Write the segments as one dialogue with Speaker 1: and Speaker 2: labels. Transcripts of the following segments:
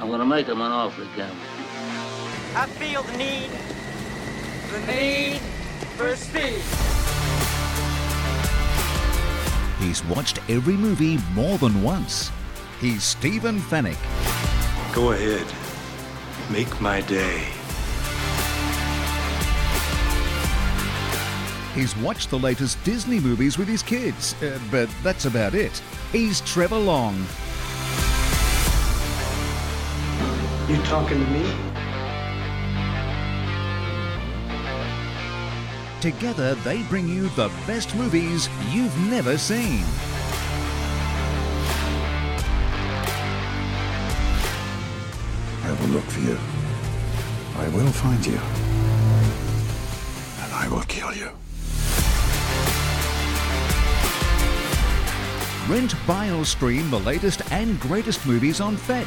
Speaker 1: I'm gonna make him an offer again.
Speaker 2: I feel the need, the need for speed.
Speaker 3: He's watched every movie more than once. He's Stephen Fennick.
Speaker 4: Go ahead. Make my day.
Speaker 3: He's watched the latest Disney movies with his kids, uh, but that's about it. He's Trevor Long.
Speaker 4: You talking to me?
Speaker 3: Together, they bring you the best movies you've never seen.
Speaker 5: I will look for you. I will find you. And I will kill you.
Speaker 3: Rent, buy, or stream the latest and greatest movies on Fetch.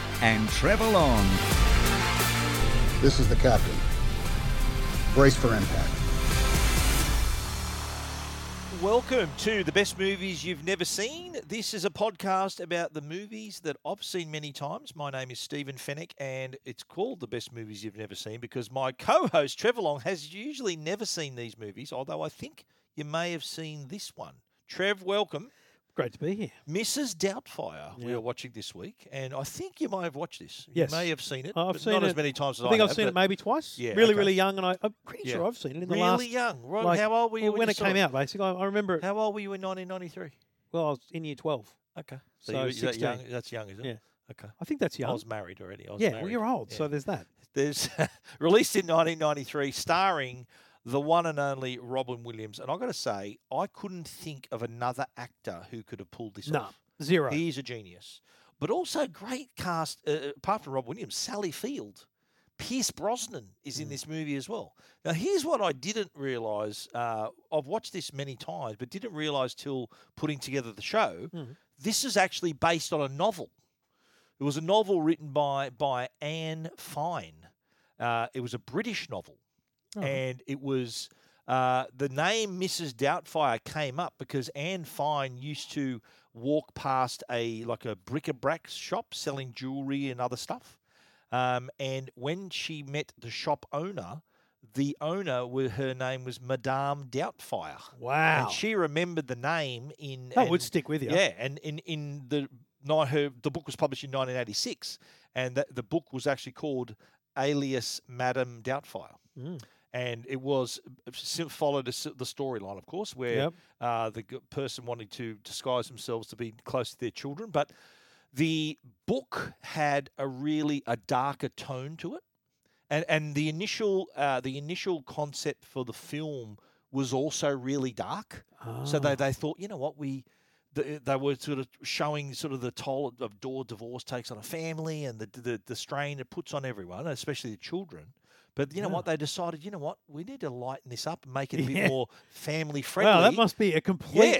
Speaker 3: and Trevor Long.
Speaker 6: This is the captain. Brace for impact.
Speaker 7: Welcome to the best movies you've never seen. This is a podcast about the movies that I've seen many times. My name is Stephen Fennick, and it's called the best movies you've never seen because my co-host Trevor Long has usually never seen these movies. Although I think you may have seen this one. Trev, welcome.
Speaker 8: Great to be here.
Speaker 7: Mrs. Doubtfire. We are watching this week, and I think you may have watched this.
Speaker 8: Yes. Uh,
Speaker 7: you may have seen it.
Speaker 8: I've
Speaker 7: but
Speaker 8: seen
Speaker 7: not
Speaker 8: it.
Speaker 7: as many times as I
Speaker 8: I think I've
Speaker 7: have,
Speaker 8: seen it
Speaker 7: but-
Speaker 8: maybe twice.
Speaker 7: Yeah,
Speaker 8: really,
Speaker 7: okay.
Speaker 8: really young, and I, I'm pretty
Speaker 7: Yeah.
Speaker 8: sure I've seen it in the
Speaker 7: Really
Speaker 8: last.
Speaker 7: young. Right, how old were you
Speaker 8: well,
Speaker 7: when
Speaker 8: when
Speaker 7: you
Speaker 8: it
Speaker 7: saw
Speaker 8: came
Speaker 7: it?
Speaker 8: out? Basically, I, I remember. it-
Speaker 7: How old were you in 1993?
Speaker 8: well, I was in year twelve.
Speaker 7: Okay.
Speaker 8: So
Speaker 7: you, is that
Speaker 8: 16.
Speaker 7: young, that's young, is it?
Speaker 8: Yeah.
Speaker 7: Okay.
Speaker 8: I think that's young.
Speaker 7: I was married already. I was
Speaker 8: yeah,
Speaker 7: married.
Speaker 8: well, you're old,
Speaker 7: Yeah.
Speaker 8: so there's that.
Speaker 7: There's released in 1993, starring the one and only Robin Williams. And I got to say, I couldn't think of another actor who could have pulled this
Speaker 8: No,
Speaker 7: off.
Speaker 8: zero.
Speaker 7: He is a genius, but also great cast. Uh, apart from Rob Williams, Sally Field, Pierce Brosnan is in this movie as well. Now, here's what I didn't realize. Uh, I've watched this many times, but didn't realize till putting together the show. This is actually based on a novel. It was a novel written by by Anne Fine. Uh, it was a British novel, and it was uh, the name Mrs. Doubtfire came up because Anne Fine used to walk past a like a bric-a-brac shop selling jewelry and other stuff. Um, and when she met the shop owner, the owner, wa- her name was Madame Doubtfire.
Speaker 8: Wow.
Speaker 7: And she remembered the name in.
Speaker 8: That would
Speaker 7: and-
Speaker 8: stick with ya.
Speaker 7: Yeah, and in in the night her the book was published in 1986, and that the book was actually called Alias Madame Doubtfire.
Speaker 8: Mm.
Speaker 7: And it was sim- followed a s- the storyline, of course, where
Speaker 8: Yep.
Speaker 7: uh, the g- person wanted to disguise themselves to be close to their children. But the book had a really a darker tone to it and and the initial uh, the initial concept for the film was also really dark.
Speaker 8: Ah.
Speaker 7: So
Speaker 8: Oh.
Speaker 7: they, they thought, you know what, we the, eh, they were sort of showing sort of the toll of- of door divorce takes on a family and the the, the strain it puts on everyone, especially the children. But you know what, they decided, you know what, we need to lighten this up and make it a bit
Speaker 8: Yeah.
Speaker 7: more family friendly.
Speaker 8: Wow, that must be a complete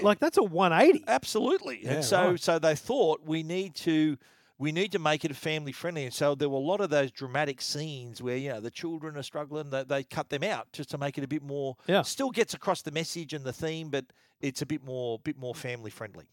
Speaker 7: Yeah.
Speaker 8: like that's a 180.
Speaker 7: Absolutely.
Speaker 8: Yeah,
Speaker 7: and so
Speaker 8: right.
Speaker 7: so they thought we need to we need to make it family friendly. And so there were a lot of those dramatic scenes where, you know, the children are struggling, they, they cut them out just to make it a bit more
Speaker 8: Yeah.
Speaker 7: still gets across the message and the theme, but it's a bit more bit more family friendly.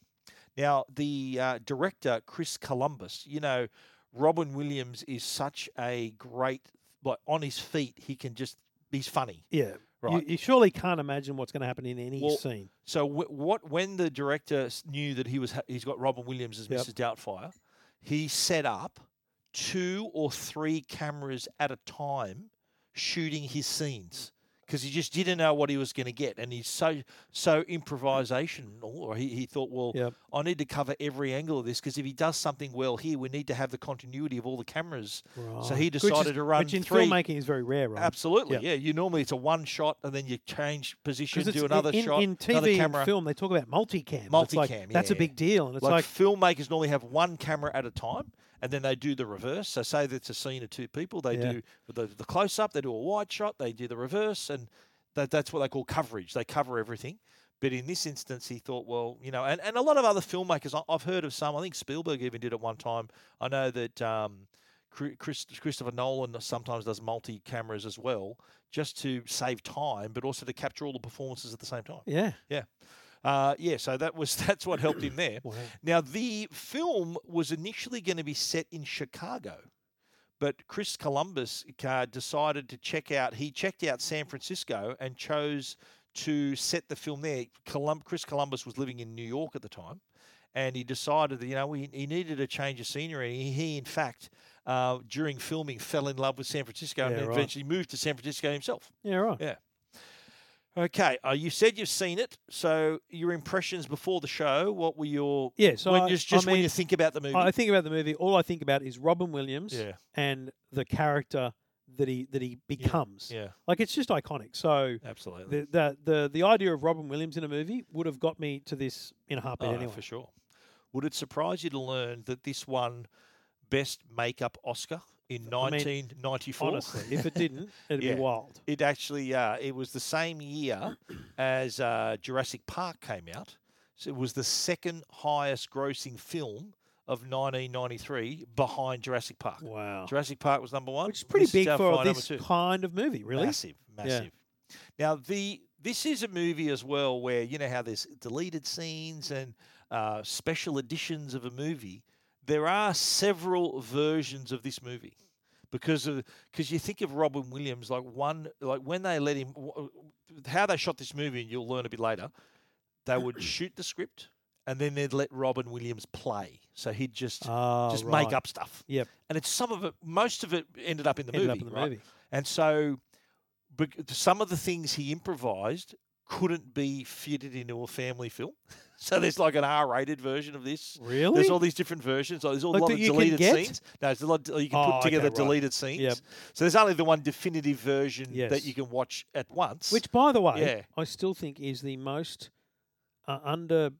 Speaker 7: Now, the uh, director Chris Columbus, you know, Robin Williams is such a great like on his feet, he can just he's funny.
Speaker 8: Yeah,
Speaker 7: Right.
Speaker 8: You, you surely can't imagine what's going to happen in any
Speaker 7: Well,
Speaker 8: scene.
Speaker 7: So wh- what when the director s- knew that he was ha- he's got Robin Williams as
Speaker 8: Yep.
Speaker 7: Mrs. Doubtfire, he set up two or three cameras at a time shooting his scenes because he just didn't know what he was going to get and he's so so improvisational or he, he thought well
Speaker 8: Yep.
Speaker 7: i need to cover every angle of this because if he does something well here we need to have the continuity of all the cameras so
Speaker 8: Right.
Speaker 7: he
Speaker 8: Which is-
Speaker 7: decided to run
Speaker 8: which in
Speaker 7: three
Speaker 8: filmmaking is very rare, right?
Speaker 7: absolutely
Speaker 8: Yeah.
Speaker 7: yeah you normally it's a one shot and then you change position
Speaker 8: Because
Speaker 7: do
Speaker 8: it's
Speaker 7: another
Speaker 8: in,
Speaker 7: shot
Speaker 8: in
Speaker 7: another
Speaker 8: TV
Speaker 7: camera
Speaker 8: and film, they talk about multicam. It's like,
Speaker 7: Multicam,
Speaker 8: that's a
Speaker 7: yeah.
Speaker 8: big deal, and it's
Speaker 7: like,
Speaker 8: like
Speaker 7: filmmakers normally have one camera at a time, and then they do the reverse. So say that it's a scene of two people, they
Speaker 8: Yeah.
Speaker 7: do the, the close up, they do a wide shot, they do the reverse, and that, that's what they call coverage. They cover everything. But in this instance, he thought, well, you know, and, and a lot of other filmmakers, I- I've heard of some. I think Spielberg even did it one time. I know that um, Chri- Chris, Christopher Nolan sometimes does multi cameras as well, just to save time, but also to capture all the performances at the same time.
Speaker 8: Yeah.
Speaker 7: Yeah. Uh, yeah, so that was that's what helped him there.
Speaker 8: Wow.
Speaker 7: Now the film was initially going to be set in Chicago, but Chris Columbus uh, decided to check out. He checked out San Francisco and chose to set the film there. Colum- Chris Columbus was living in New York at the time, and he decided that you know he, he needed a change of scenery. He, he in fact, uh, during filming, fell in love with San Francisco and
Speaker 8: Yeah,
Speaker 7: then
Speaker 8: right.
Speaker 7: eventually moved to San Francisco himself.
Speaker 8: Yeah, right.
Speaker 7: Yeah. Okay. Uh, you said you've seen it. So your impressions before the show. What were your
Speaker 8: Yeah, so
Speaker 7: when,
Speaker 8: I-
Speaker 7: just
Speaker 8: I
Speaker 7: just when
Speaker 8: mean,
Speaker 7: you think about the movie?
Speaker 8: I think about the movie. All I think about is Robin Williams
Speaker 7: Yeah.
Speaker 8: and the character that he that he becomes.
Speaker 7: yeah,
Speaker 8: Like it's just iconic. So
Speaker 7: absolutely.
Speaker 8: the, the the the idea of Robin Williams in a movie would have got me to this in a heartbeat
Speaker 7: Oh,
Speaker 8: anyway.
Speaker 7: for sure. Would it surprise you to learn that this won Best Makeup Oscar in 1994?
Speaker 8: Honestly, if it didn't, it'd
Speaker 7: Yeah.
Speaker 8: be wild.
Speaker 7: It actually uh, it was the same year as uh, Jurassic Park came out. So it was the second highest grossing film of 1993 behind Jurassic Park.
Speaker 8: Wow.
Speaker 7: Jurassic Park was number one,
Speaker 8: Which is pretty
Speaker 7: This
Speaker 8: big
Speaker 7: our
Speaker 8: for
Speaker 7: fine number
Speaker 8: this
Speaker 7: two.
Speaker 8: kind of movie, really.
Speaker 7: Massive, massive. Now the this is a movie as well where you know how there's deleted scenes and uh, special editions of a movie. There are several versions of this movie because of because you think of Robin Williams like one like when they let him w- how they shot this movie and you'll learn a bit later. They would shoot the script and then they'd let Robin Williams play, so he'd just
Speaker 8: Ah,
Speaker 7: just make
Speaker 8: right.
Speaker 7: up stuff.
Speaker 8: Yep.
Speaker 7: and it's some of it, most of it ended up in the
Speaker 8: Ended up
Speaker 7: movie.
Speaker 8: in the
Speaker 7: right?
Speaker 8: movie.
Speaker 7: And so bec- some of the things he improvised couldn't be fitted into a family film. So there's like an R-rated version of this.
Speaker 8: Really?
Speaker 7: There's all these different versions. Like, there's a
Speaker 8: Like
Speaker 7: lot
Speaker 8: that
Speaker 7: of
Speaker 8: you can
Speaker 7: deleted
Speaker 8: get?
Speaker 7: scenes. No, there's a lot. You can
Speaker 8: Oh,
Speaker 7: put
Speaker 8: okay,
Speaker 7: together
Speaker 8: right.
Speaker 7: deleted scenes. So there's only the one definitive version that
Speaker 8: Yes.
Speaker 7: you can watch at once.
Speaker 8: Which, by the way,
Speaker 7: Yeah.
Speaker 8: I still think is the most uh, under,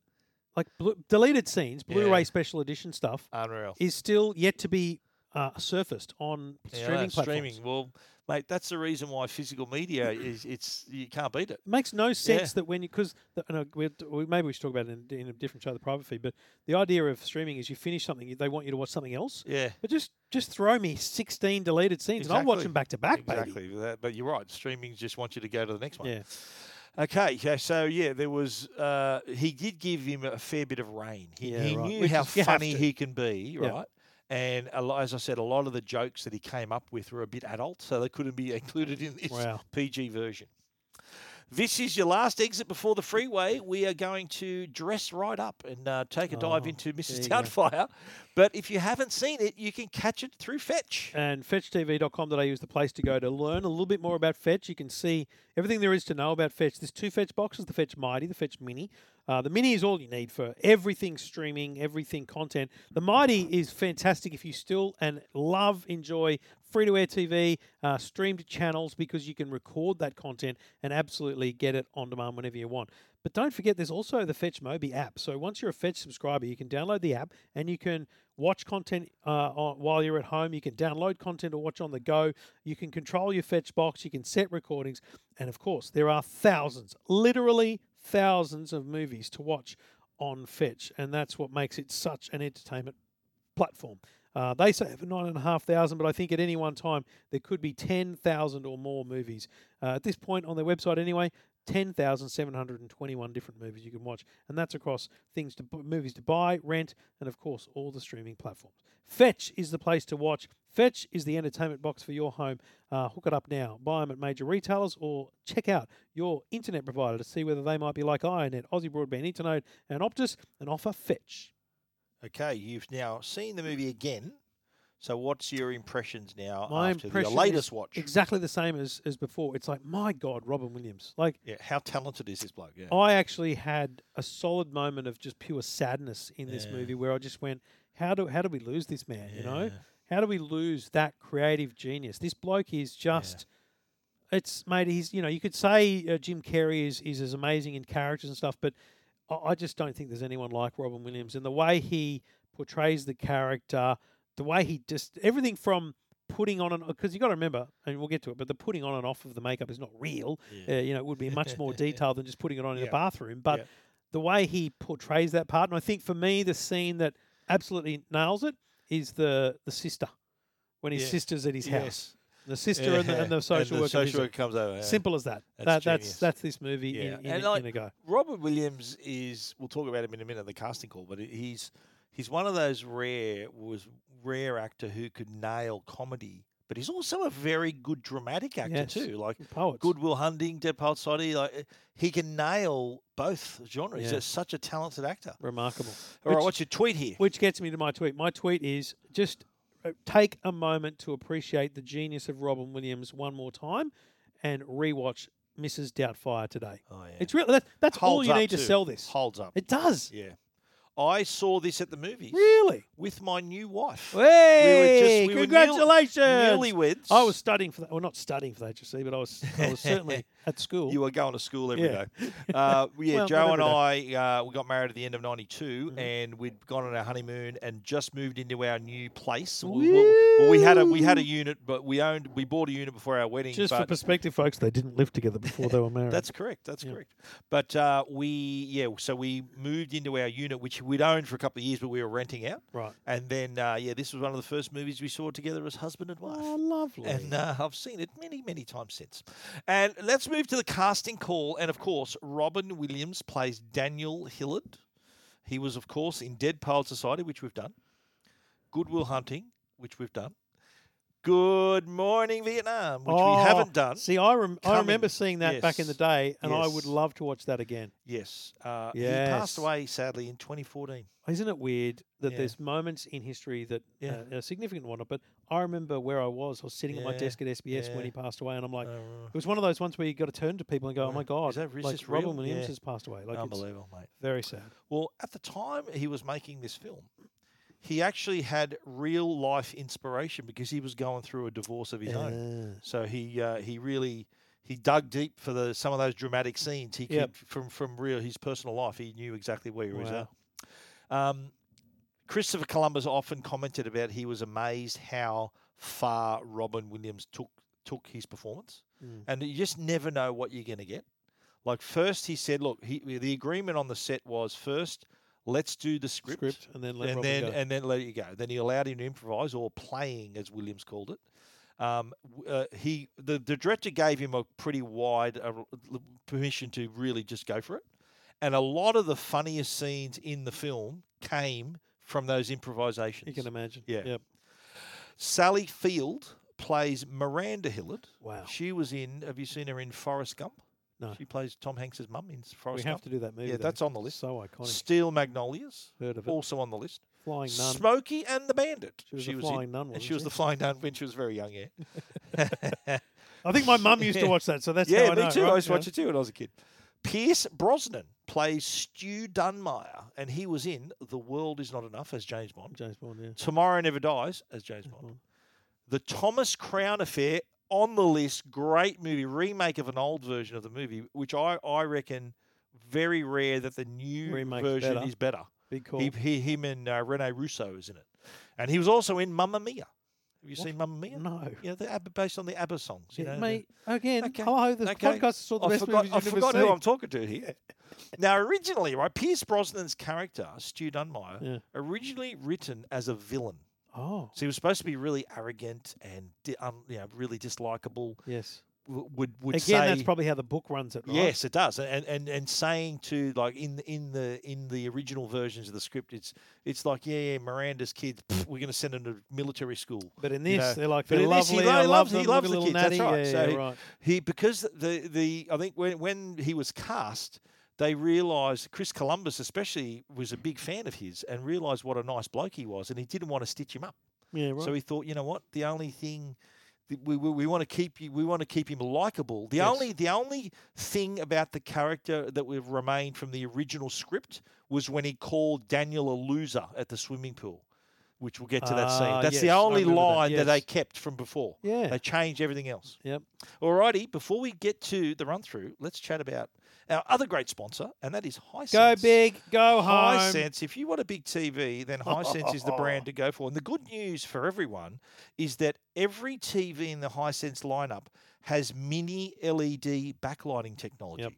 Speaker 8: like blu- deleted scenes, Blu-ray
Speaker 7: Yeah.
Speaker 8: special edition stuff
Speaker 7: unreal.
Speaker 8: is still yet to be uh, surfaced on
Speaker 7: Yeah,
Speaker 8: streaming
Speaker 7: that's
Speaker 8: platforms.
Speaker 7: streaming. Well, mate, that's the reason why physical media is it's you can't beat it.
Speaker 8: It makes no sense that when you because no, we're, uh, we, maybe we should talk about it in, in a different show, the private feed. But the idea of streaming is you finish something, they want you to watch something else.
Speaker 7: Yeah.
Speaker 8: But just just throw me sixteen deleted scenes, and I'll watch them back to back, baby.
Speaker 7: Exactly. That- But you're right. Streaming just wants you to go to the next one.
Speaker 8: Yeah.
Speaker 7: Okay, yeah, so yeah, there was uh, he did give him a fair bit of rain. He,
Speaker 8: Yeah,
Speaker 7: he
Speaker 8: right.
Speaker 7: knew
Speaker 8: Which
Speaker 7: how
Speaker 8: is- you have
Speaker 7: funny
Speaker 8: to.
Speaker 7: he can be,
Speaker 8: Yeah.
Speaker 7: right? And a lo- as I said, a lot of the jokes that he came up with were a bit adult, so they couldn't be included in this
Speaker 8: Wow.
Speaker 7: PG version. This is your last exit before the freeway. We are going to dress right up and uh, take a dive
Speaker 8: Oh,
Speaker 7: into Mrs.
Speaker 8: there you
Speaker 7: Doubtfire. But if you haven't seen it, you can catch it through Fetch.
Speaker 8: And fetchtv.com.au is the place to go to learn a little bit more about Fetch. You can see everything there is to know about Fetch. There's two Fetch boxes the Fetch Mighty, the Fetch Mini. Uh, the Mini is all you need for everything streaming, everything content. The Mighty is fantastic if you still and love, enjoy free to air TV, uh, streamed channels, because you can record that content and absolutely get it on demand whenever you want. But don't forget, there's also the Fetch Mobi app. So once you're a Fetch subscriber, you can download the app and you can watch content uh, on, while you're at home. You can download content or watch on the go. You can control your Fetch box. You can set recordings. And of course, there are thousands, literally thousands of movies to watch on Fetch. And that's what makes it such an entertainment platform. Uh, they say over 9,500, but I think at any one time there could be 10,000 or more movies. Uh, at this point on their website, anyway, 10,721 different movies you can watch, and that's across things to bu- movies to buy, rent, and of course all the streaming platforms. Fetch is the place to watch. Fetch is the entertainment box for your home. Uh, hook it up now. Buy them at major retailers or check out your internet provider to see whether they might be like IONET, Aussie Broadband, Internode, and Optus and offer Fetch.
Speaker 7: Okay, you've now seen the movie again. So what's your impressions now
Speaker 8: My
Speaker 7: after the
Speaker 8: impression
Speaker 7: latest
Speaker 8: is
Speaker 7: watch?
Speaker 8: exactly the same as as before. It's like my God, Robin Williams. Like
Speaker 7: yeah, how talented is this bloke? Yeah.
Speaker 8: I actually had a solid moment of just pure sadness in this movie where I just went, how do how do we lose this man? You know, how do we lose that creative genius? This bloke is just. It's mate. He's you know you could say uh, Jim Carrey is is as amazing in characters and stuff, but I, I just don't think there's anyone like Robin Williams and the way he portrays the character, the way he just everything from putting on and because you got to remember, and we'll get to it, but the putting on and off of the makeup is not real. Uh, you know, it would be much more detailed than just putting it on in a
Speaker 7: Yeah.
Speaker 8: bathroom. But
Speaker 7: Yeah.
Speaker 8: the way he portrays that part, and I think for me, the scene that absolutely nails it is the the sister when his
Speaker 7: Yeah.
Speaker 8: sister's at his
Speaker 7: Yes.
Speaker 8: house. The sister and, the, and the social
Speaker 7: and the
Speaker 8: worker.
Speaker 7: social
Speaker 8: visit.
Speaker 7: worker comes over. yeah.
Speaker 8: Simple as that.
Speaker 7: That's
Speaker 8: that that's
Speaker 7: genius.
Speaker 8: that's this movie
Speaker 7: Yeah.
Speaker 8: in, in,
Speaker 7: And
Speaker 8: a-
Speaker 7: like-
Speaker 8: in a go.
Speaker 7: Robert Williams is. We'll talk about him in a minute. The casting call, but he's he's one of those rare was rare actor who could nail comedy, but he's also a very good dramatic actor
Speaker 8: Yes.
Speaker 7: too. Like
Speaker 8: Poets.
Speaker 7: Goodwill Hunting, Dead Poets Society. Like eh, he can nail both genres.
Speaker 8: Yeah.
Speaker 7: He's just such a talented actor.
Speaker 8: Remarkable.
Speaker 7: All right,
Speaker 8: Which-
Speaker 7: what's your tweet here?
Speaker 8: Which gets me to my tweet. My tweet is just uh, take a moment to appreciate the genius of Robin Williams one more time and rewatch Mrs. Doubtfire today.
Speaker 7: Oh, yeah.
Speaker 8: It's really that's, that's all
Speaker 7: Holds
Speaker 8: you
Speaker 7: up,
Speaker 8: need to
Speaker 7: too.
Speaker 8: sell this.
Speaker 7: Holds up.
Speaker 8: It does.
Speaker 7: yeah. I saw this at the movies
Speaker 8: Really?
Speaker 7: with my new wife.
Speaker 8: Hey,
Speaker 7: we were just- we were newly-
Speaker 8: congratulations.
Speaker 7: newlyweds.
Speaker 8: I was studying for that. Well, not studying for that, you see, but I was I was certainly at school.
Speaker 7: You were going to school every
Speaker 8: Yeah.
Speaker 7: day. Uh, yeah,
Speaker 8: Well, Mm-hmm.
Speaker 7: Joe and
Speaker 8: not
Speaker 7: I, uh, we got married at the end of 92 and we'd gone on our honeymoon and just moved into our new place. We, we- well, we had a we had a unit, but we owned we bought a unit before our wedding.
Speaker 8: Just for
Speaker 7: but
Speaker 8: perspective, folks, they didn't live together before they were married.
Speaker 7: that's correct. That's
Speaker 8: Yeah.
Speaker 7: correct. But uh, we yeah, so we moved into our unit, which we'd owned for a couple of years, but we were renting out.
Speaker 8: right.
Speaker 7: And then uh, yeah, this was one of the first movies we saw together as husband and wife.
Speaker 8: Oh, lovely.
Speaker 7: And uh, I've seen it many, many times since. And let's move to the casting call. And of course, Robin Williams plays Daniel Hillard. He was, of course, in Dead Poet Society, which we've done, Goodwill Hunting, which we've done, Good Morning Vietnam, which
Speaker 8: Oh,
Speaker 7: we haven't done.
Speaker 8: See, I, rem- I
Speaker 7: Coming.
Speaker 8: remember seeing that back in the
Speaker 7: Yes.
Speaker 8: day, and I would
Speaker 7: Yes.
Speaker 8: love to watch that again.
Speaker 7: Yes. Uh, He
Speaker 8: Yes.
Speaker 7: passed away, sadly, in 2014.
Speaker 8: Isn't it weird that
Speaker 7: Yeah.
Speaker 8: there's moments in history that
Speaker 7: Yeah.
Speaker 8: uh, are significant and whatnot? But I remember where I was. I was sitting at my
Speaker 7: Yeah,
Speaker 8: desk at SBS
Speaker 7: yeah.
Speaker 8: when he passed away, and I'm like,
Speaker 7: Uh,
Speaker 8: it was one of those ones where you got to turn to people and go, "Oh my God,
Speaker 7: Is that- is
Speaker 8: like
Speaker 7: this
Speaker 8: Robin
Speaker 7: real?"
Speaker 8: Williams
Speaker 7: Yeah.
Speaker 8: has passed away." Like, it's
Speaker 7: Unbelievable, mate.
Speaker 8: very sad.
Speaker 7: Well, at the time he was making this film, he actually had real life inspiration because he was going through a divorce of his own. So he uh, he really he dug deep for the some of those dramatic scenes. He
Speaker 8: Yep.
Speaker 7: could, from from real his personal life. He knew exactly where he was
Speaker 8: Wow.
Speaker 7: at. Um, Christopher Columbus often commented about he was amazed how far Robin Williams took took his performance,
Speaker 8: Mm.
Speaker 7: and you just never know what you're going to get. Like first, he said, "Look, he, the agreement on the set was first, let's do the script,
Speaker 8: Script, and then let
Speaker 7: and
Speaker 8: Robin
Speaker 7: then
Speaker 8: go.
Speaker 7: and then let it go." Then he allowed him to improvise or playing, as Williams called it. Um, w- uh, he the, the director gave him a pretty wide uh, r- l- permission to really just go for it, and a lot of the funniest scenes in the film came from those improvisations.
Speaker 8: you can imagine.
Speaker 7: Yeah.
Speaker 8: Yep.
Speaker 7: Sally Field plays Miranda Hillard.
Speaker 8: Wow.
Speaker 7: She was in. Have you seen her in Forrest Gump?
Speaker 8: No.
Speaker 7: She plays Tom Hanks's mum in
Speaker 8: We
Speaker 7: Forrest
Speaker 8: have
Speaker 7: Gump.
Speaker 8: to do that movie.
Speaker 7: Yeah,
Speaker 8: though.
Speaker 7: that's on the list.
Speaker 8: So iconic.
Speaker 7: Steel Magnolias,
Speaker 8: Heard of it.
Speaker 7: also on the list.
Speaker 8: Flying nun.
Speaker 7: Smokey and the Bandit.
Speaker 8: She was the flying nun,
Speaker 7: and
Speaker 8: wasn't
Speaker 7: she was
Speaker 8: she?
Speaker 7: the flying nun when she was very young. Yeah.
Speaker 8: I think my mum used to watch that, so that's
Speaker 7: yeah,
Speaker 8: how I
Speaker 7: me
Speaker 8: know,
Speaker 7: too.
Speaker 8: right?
Speaker 7: I used to
Speaker 8: Yeah.
Speaker 7: watch it too when I was a kid. Pierce Brosnan plays Stu Dunmire, and he was in The World Is Not Enough as James Bond.
Speaker 8: James Bond. Yeah.
Speaker 7: Tomorrow Never Dies as James Bond. The Thomas Crown Affair on the list, great movie, remake of an old version of the movie, which I, I reckon very rare that the new
Speaker 8: Remake's
Speaker 7: version
Speaker 8: better.
Speaker 7: is better.
Speaker 8: Big call.
Speaker 7: He, he, him and uh, Rene Russo is in it. And he was also in Mamma Mia. Have you seen Mamma Mia?
Speaker 8: No.
Speaker 7: Yeah, the ABBA, based on the ABBA songs. You
Speaker 8: Yeah,
Speaker 7: know, the-
Speaker 8: mate, again,
Speaker 7: Okay,
Speaker 8: hello, this
Speaker 7: okay.
Speaker 8: podcast is saw the
Speaker 7: I
Speaker 8: best
Speaker 7: forgot,
Speaker 8: movies
Speaker 7: I
Speaker 8: you've ever
Speaker 7: forgot who
Speaker 8: seen.
Speaker 7: I'm talking to here. now, originally, right, Pierce Brosnan's character, Stu Dunmire,
Speaker 8: Yeah.
Speaker 7: originally written as a villain.
Speaker 8: Oh,
Speaker 7: So he was supposed to be really arrogant and di- um, you know, really dislikable.
Speaker 8: yes.
Speaker 7: w- Would would
Speaker 8: Again,
Speaker 7: say
Speaker 8: that's probably how the book runs it, right?
Speaker 7: yes, it does. And, and and saying to like in the- in the in the original versions of the script, it's it's like yeah, yeah, Miranda's kids. pff, we're going to send them to military school.
Speaker 8: But in
Speaker 7: you
Speaker 8: this,
Speaker 7: know.
Speaker 8: they're like,
Speaker 7: But
Speaker 8: they're
Speaker 7: in this,
Speaker 8: lovely.
Speaker 7: he,
Speaker 8: I
Speaker 7: lo-
Speaker 8: love
Speaker 7: loves
Speaker 8: them.
Speaker 7: he loves
Speaker 8: look at
Speaker 7: the
Speaker 8: little
Speaker 7: kids.
Speaker 8: natty.
Speaker 7: That's right.
Speaker 8: Yeah,
Speaker 7: so
Speaker 8: yeah,
Speaker 7: he-
Speaker 8: right.
Speaker 7: he because the the I think when when he was cast, they realised Chris Columbus especially was a big fan of his and realised what a nice bloke he was, and he didn't want to stitch him up.
Speaker 8: Yeah, right.
Speaker 7: So he thought, you know what? The only thing that we, we, we want to keep you, we want to keep him likable. The
Speaker 8: Yes.
Speaker 7: only the only thing about the character that would remain from the original script was when he called Daniel a loser at the swimming pool, which we'll get to that
Speaker 8: Ah,
Speaker 7: scene. That's the
Speaker 8: yes, I
Speaker 7: only
Speaker 8: remember that,
Speaker 7: line that, they
Speaker 8: yes.
Speaker 7: kept from before.
Speaker 8: Yeah.
Speaker 7: they changed everything else.
Speaker 8: yep.
Speaker 7: Alrighty, before we get to the run through, let's chat about Our other great sponsor, and that is Hisense.
Speaker 8: Go big, go home.
Speaker 7: Hisense. If you want a big TV, then Hisense is the brand to go for. And the good news for everyone is that every TV in the Hisense lineup has mini LED backlighting technology.
Speaker 8: Yep.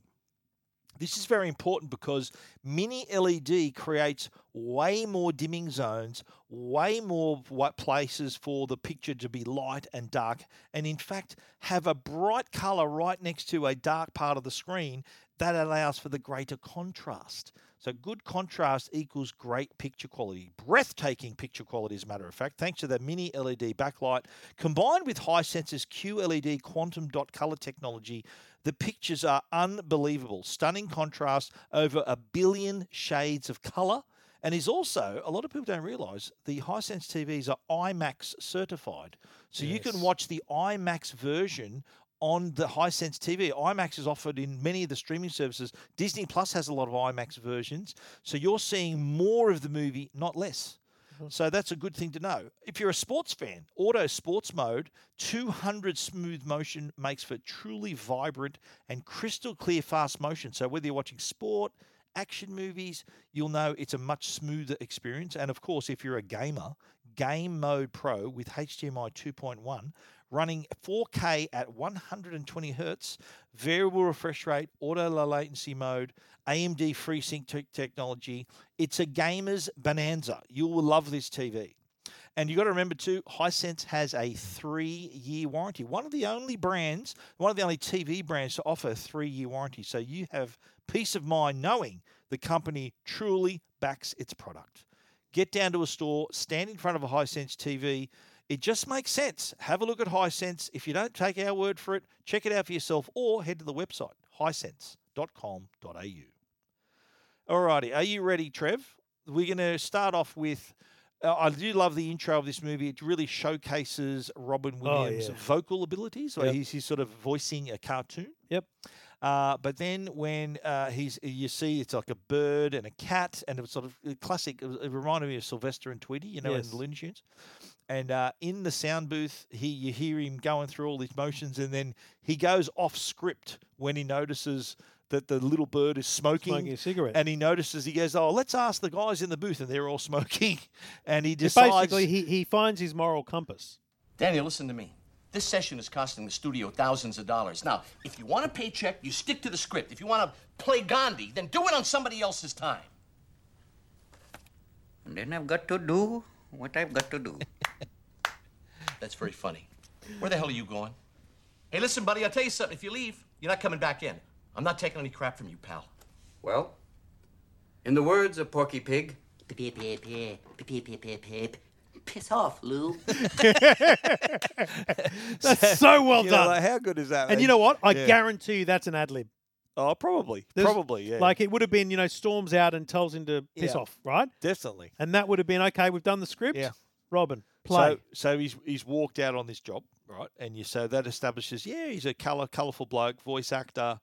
Speaker 7: This is very important because mini LED creates way more dimming zones, way more white places for the picture to be light and dark, and in fact, have a bright color right next to a dark part of the screen that allows for the greater contrast. So, good contrast equals great picture quality, breathtaking picture quality, as a matter of fact, thanks to the mini LED backlight. Combined with Hisense's QLED E quantum dot color technology, the pictures are unbelievable. Stunning contrast over a billion shades of color. And is also, a lot of people don't realize, the Hisense TVs are IMAX certified. So you can watch the IMAX version on the Hisense TV. IMAX is offered in many of the streaming services. Disney Plus has a lot of IMAX versions. So you're seeing more of the movie, not less. So that's a good thing to know. If you're a sports fan, auto sports mode, 200 smooth motion makes for truly vibrant and crystal clear fast motion. So whether you're watching sport, action movies, you'll know it's a much smoother experience. And of course, if you're a gamer, Game Mode Pro with HDMI 2.1 running 4K at 120 hertz, variable refresh rate, auto low latency mode, AMD FreeSync te- technology. It's a gamer's bonanza. You will love this TV. And you got to remember too, Hisense has a three-year warranty. One of the only brands, one of the only TV brands to offer a three-year warranty. So you have peace of mind knowing the company truly backs its product. Get down to a store, stand in front of a Hisense TV. It just makes sense. Have a look at Hisense. If you don't take our word for it, check it out for yourself or head to the website, hisense.com.au. Alrighty, are you ready, Trev? We're going to start off with. Uh, I do love the intro of this movie. It really showcases Robin
Speaker 8: Oh,
Speaker 7: Williams'
Speaker 8: yeah.
Speaker 7: vocal abilities. Like
Speaker 8: Yep.
Speaker 7: he's, he's sort of voicing a cartoon.
Speaker 8: Yep.
Speaker 7: Uh, but then when uh, he's, you see, it's like a bird and a cat, and it was sort of a classic. It, was- it reminded me of Sylvester and Tweety, you know, in
Speaker 8: Yes.
Speaker 7: the Looney Tunes. And uh, in the sound booth, he you hear him going through all these motions, and then he goes off script when he notices that the little bird is smoking,
Speaker 8: Smoking a cigarette.
Speaker 7: and he notices he goes, "Oh, let's ask the guys in the booth," and they're all smoking, and he
Speaker 8: It's
Speaker 7: decides.
Speaker 8: Basically, he, he finds his moral compass.
Speaker 1: Daniel, listen to me. This session is costing the studio thousands of dollars. Now, if you want a paycheck, you stick to the script. If you want to play Gandhi, then do it on somebody else's time.
Speaker 9: And then I've got to do what I've got to do.
Speaker 1: That's very funny. Where the hell are you going? Hey, listen, buddy, I'll tell you something. If you leave, you're not coming back in. I'm not taking any crap from you, pal.
Speaker 9: well, in the words of Porky Pig,
Speaker 10: Piss off, Lou.
Speaker 8: That's so well
Speaker 7: you know,
Speaker 8: done.
Speaker 7: like, how good is that? eh?
Speaker 8: and you know what? I
Speaker 7: yeah.
Speaker 8: guarantee you that's an ad lib.
Speaker 7: Oh, probably,
Speaker 8: There's-
Speaker 7: probably, yeah,
Speaker 8: Like it would have been, you know, storms out and tells him to piss
Speaker 7: Yeah.
Speaker 8: off, right?
Speaker 7: definitely.
Speaker 8: And that would have been okay. We've done the script.
Speaker 7: Yeah.
Speaker 8: Robin, play.
Speaker 7: So, so he's he's walked out on this job, right? And you so that establishes, yeah, he's a color, colorful bloke, voice actor,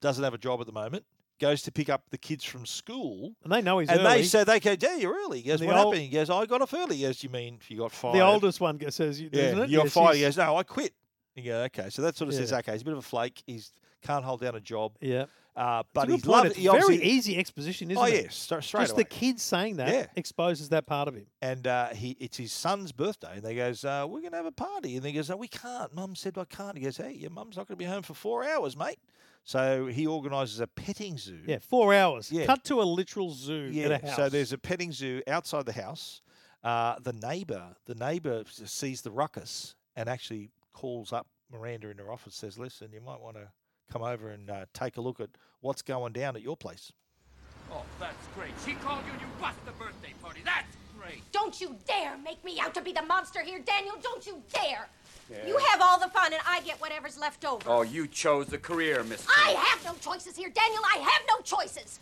Speaker 7: doesn't have a job at the moment. Goes to pick up the kids from school,
Speaker 8: and they know he's
Speaker 7: and
Speaker 8: early.
Speaker 7: they so they go, "Yeah, you're early." He goes,
Speaker 8: The
Speaker 7: "What
Speaker 8: old-
Speaker 7: happened?" He goes, "I got off early." He goes, "You mean you got fired?"
Speaker 8: the oldest one g- says, "You-
Speaker 7: yeah,
Speaker 8: isn't it?
Speaker 7: you got
Speaker 8: Yes,
Speaker 7: fired. He
Speaker 8: yes.
Speaker 7: goes, "No, I quit." You go, "Okay." So that sort of says,
Speaker 8: Yeah.
Speaker 7: "Okay, he's a bit of a flake. He's can't hold down a job."
Speaker 8: Yeah.
Speaker 7: Uh,
Speaker 8: But
Speaker 7: but
Speaker 8: he's
Speaker 7: he's
Speaker 8: point.
Speaker 7: loved.
Speaker 8: It's
Speaker 7: He
Speaker 8: very
Speaker 7: obviously,
Speaker 8: easy exposition, isn't
Speaker 7: oh
Speaker 8: it?
Speaker 7: yeah, stra- straight
Speaker 8: Just
Speaker 7: away.
Speaker 8: the kid saying that
Speaker 7: Yeah.
Speaker 8: exposes that part of him.
Speaker 7: and uh, he it's his son's birthday, and they goes, uh, "We're gonna have a party," and he goes, "No, we can't." Mum said, "I can't." He goes, "Hey, your mum's not gonna be home for four hours, mate." So he organises a petting zoo.
Speaker 8: Yeah, four hours.
Speaker 7: Yeah.
Speaker 8: Cut to a literal zoo
Speaker 7: yeah.
Speaker 8: at a house.
Speaker 7: So there's a petting zoo outside the house. Uh, the neighbour, the neighbour s- sees the ruckus and actually calls up Miranda in her office, says, "Listen, you might want to come over and uh, take a look at what's going down at your place."
Speaker 10: Oh, that's great. She called you and you bust the birthday party. That's great. Don't you dare make me out to be the monster here, Daniel. Don't you dare. You have all the fun and I get whatever's left over.
Speaker 9: oh, you chose the career, Miss.
Speaker 10: I have no choices here, Daniel. I have no choices.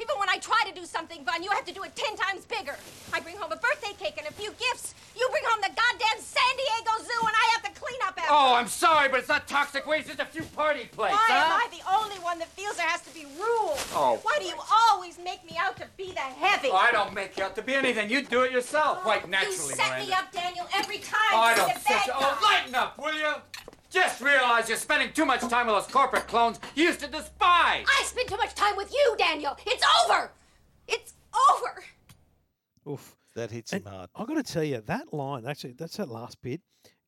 Speaker 10: Even when I try to do something fun, you have to do it ten times bigger. I bring home a birthday cake and a few gifts. You bring home the goddamn San Diego Zoo, and I have to clean up after.
Speaker 9: Oh, I'm sorry, but it's not toxic waste. It's a few party
Speaker 10: Why
Speaker 9: plates,
Speaker 10: am
Speaker 9: huh?
Speaker 10: I the only one that feels there has to be rules?
Speaker 9: Oh,
Speaker 10: Why do you always make me out to be the heavy?
Speaker 9: Oh, I don't make you out to be anything. You do it yourself, quite
Speaker 10: You
Speaker 9: naturally,
Speaker 10: set
Speaker 9: Miranda.
Speaker 10: me up, Daniel, every time.
Speaker 9: Oh, I
Speaker 10: You're
Speaker 9: don't
Speaker 10: the
Speaker 9: set
Speaker 10: bad
Speaker 9: you.
Speaker 10: guy.
Speaker 9: Oh, lighten up, will you? Just realize you're spending too much time with those corporate clones you used to
Speaker 10: I
Speaker 9: despise.
Speaker 10: spend too much time with you, Daniel. It's over. It's over.
Speaker 8: Oof.
Speaker 7: That hits him hard.
Speaker 8: I've got to tell you, that line, actually, that's that last bit,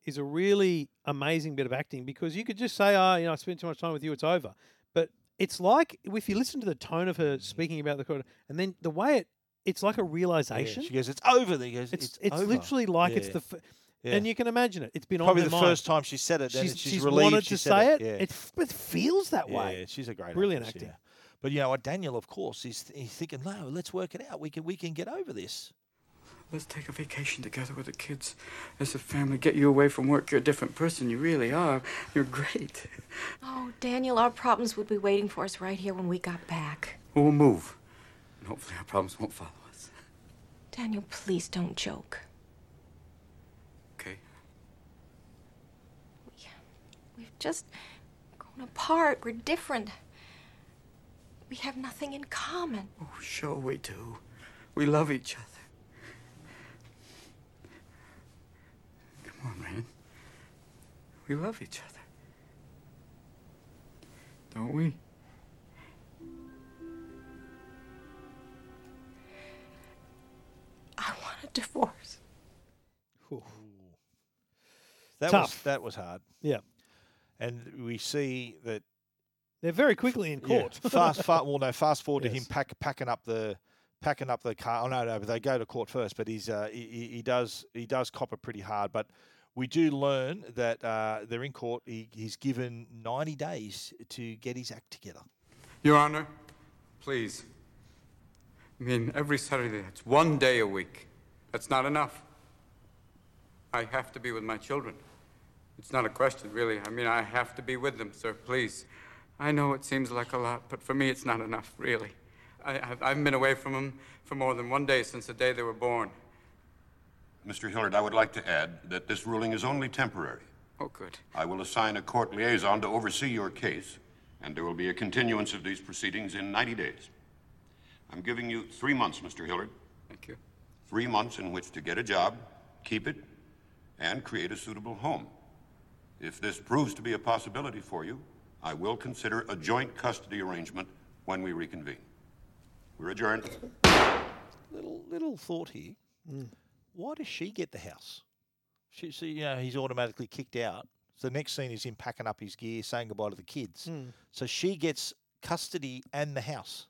Speaker 8: is a really amazing bit of acting because you could just say, oh, you know, I spent too much time with you, it's over. But it's like, if you listen to the tone of
Speaker 7: Mm-hmm.
Speaker 8: her speaking about the quarter, and then the way it, it's like a realization.
Speaker 7: She goes, "It's over." Then he goes,
Speaker 8: it's,
Speaker 7: "It's
Speaker 8: it's,
Speaker 7: over."
Speaker 8: literally like it's
Speaker 7: Yeah.
Speaker 8: the, f-
Speaker 7: Yeah.
Speaker 8: and you can imagine it. It's been
Speaker 7: probably
Speaker 8: on
Speaker 7: the
Speaker 8: her mind.
Speaker 7: first time she said it.
Speaker 8: She's,
Speaker 7: She's, she's, relieved
Speaker 8: wanted
Speaker 7: she
Speaker 8: to
Speaker 7: said
Speaker 8: say it.
Speaker 7: it. Yeah.
Speaker 8: It, f- it feels that way.
Speaker 7: Yeah, she's a great
Speaker 8: brilliant
Speaker 7: actress,
Speaker 8: acting.
Speaker 7: yeah. But you know, uh, Daniel, of course, he's, he's thinking, no, let's work it out. We can we can get over this.
Speaker 9: Let's take a vacation together with the kids as a family. Get you away from work. You're a different person. You really are. You're great.
Speaker 10: Oh, Daniel, our problems would be waiting for us right here when we got back.
Speaker 9: We'll move. And hopefully our problems won't follow us.
Speaker 10: Daniel, please don't joke.
Speaker 9: Okay.
Speaker 10: We've just grown apart. We're different. We have nothing in common.
Speaker 9: Oh, sure we do. We love each other. Come on, man. We love each other. Don't we?
Speaker 10: I want a divorce.
Speaker 7: That was
Speaker 8: Tough.
Speaker 7: that was hard.
Speaker 8: Yeah.
Speaker 7: And we see that
Speaker 8: They're very quickly in
Speaker 7: yeah,
Speaker 8: court.
Speaker 7: fast, fa- well, no, fast forward to him
Speaker 8: Yes.
Speaker 7: pack, packing up the packing up the car. Oh no, no, but they go to court first. But he's uh, he, he- he does he does cop it pretty hard. But we do learn that uh, they're in court. He, he's given ninety days to get his act together.
Speaker 9: Your Honor, please. I mean, every Saturday, that's one day a week. That's not enough. I have to be with my children. It's not a question, really. I mean, I have to be with them, sir, please. I know it seems like a lot, but for me, it's not enough, really. I, I've, I've been away from them for more than one day since the day they were born.
Speaker 11: Mr. Hillard, I would like to add that this ruling is only temporary.
Speaker 9: Oh, good.
Speaker 11: I will assign a court liaison to oversee your case, and there will be a continuance of these proceedings in 90 days. I'm giving you three months, Mr. Hillard.
Speaker 9: Thank you.
Speaker 11: Three months in which to get a job, keep it, and create a suitable home. If this proves to be a possibility for you, I will consider a joint custody arrangement when we reconvene. We're adjourned.
Speaker 7: Little little thought here.
Speaker 8: Mm.
Speaker 7: Why does she get the house? She, so you know, he's automatically kicked out. So the next scene is him packing up his gear, saying goodbye to the kids.
Speaker 8: Mm.
Speaker 7: So she gets custody and the house.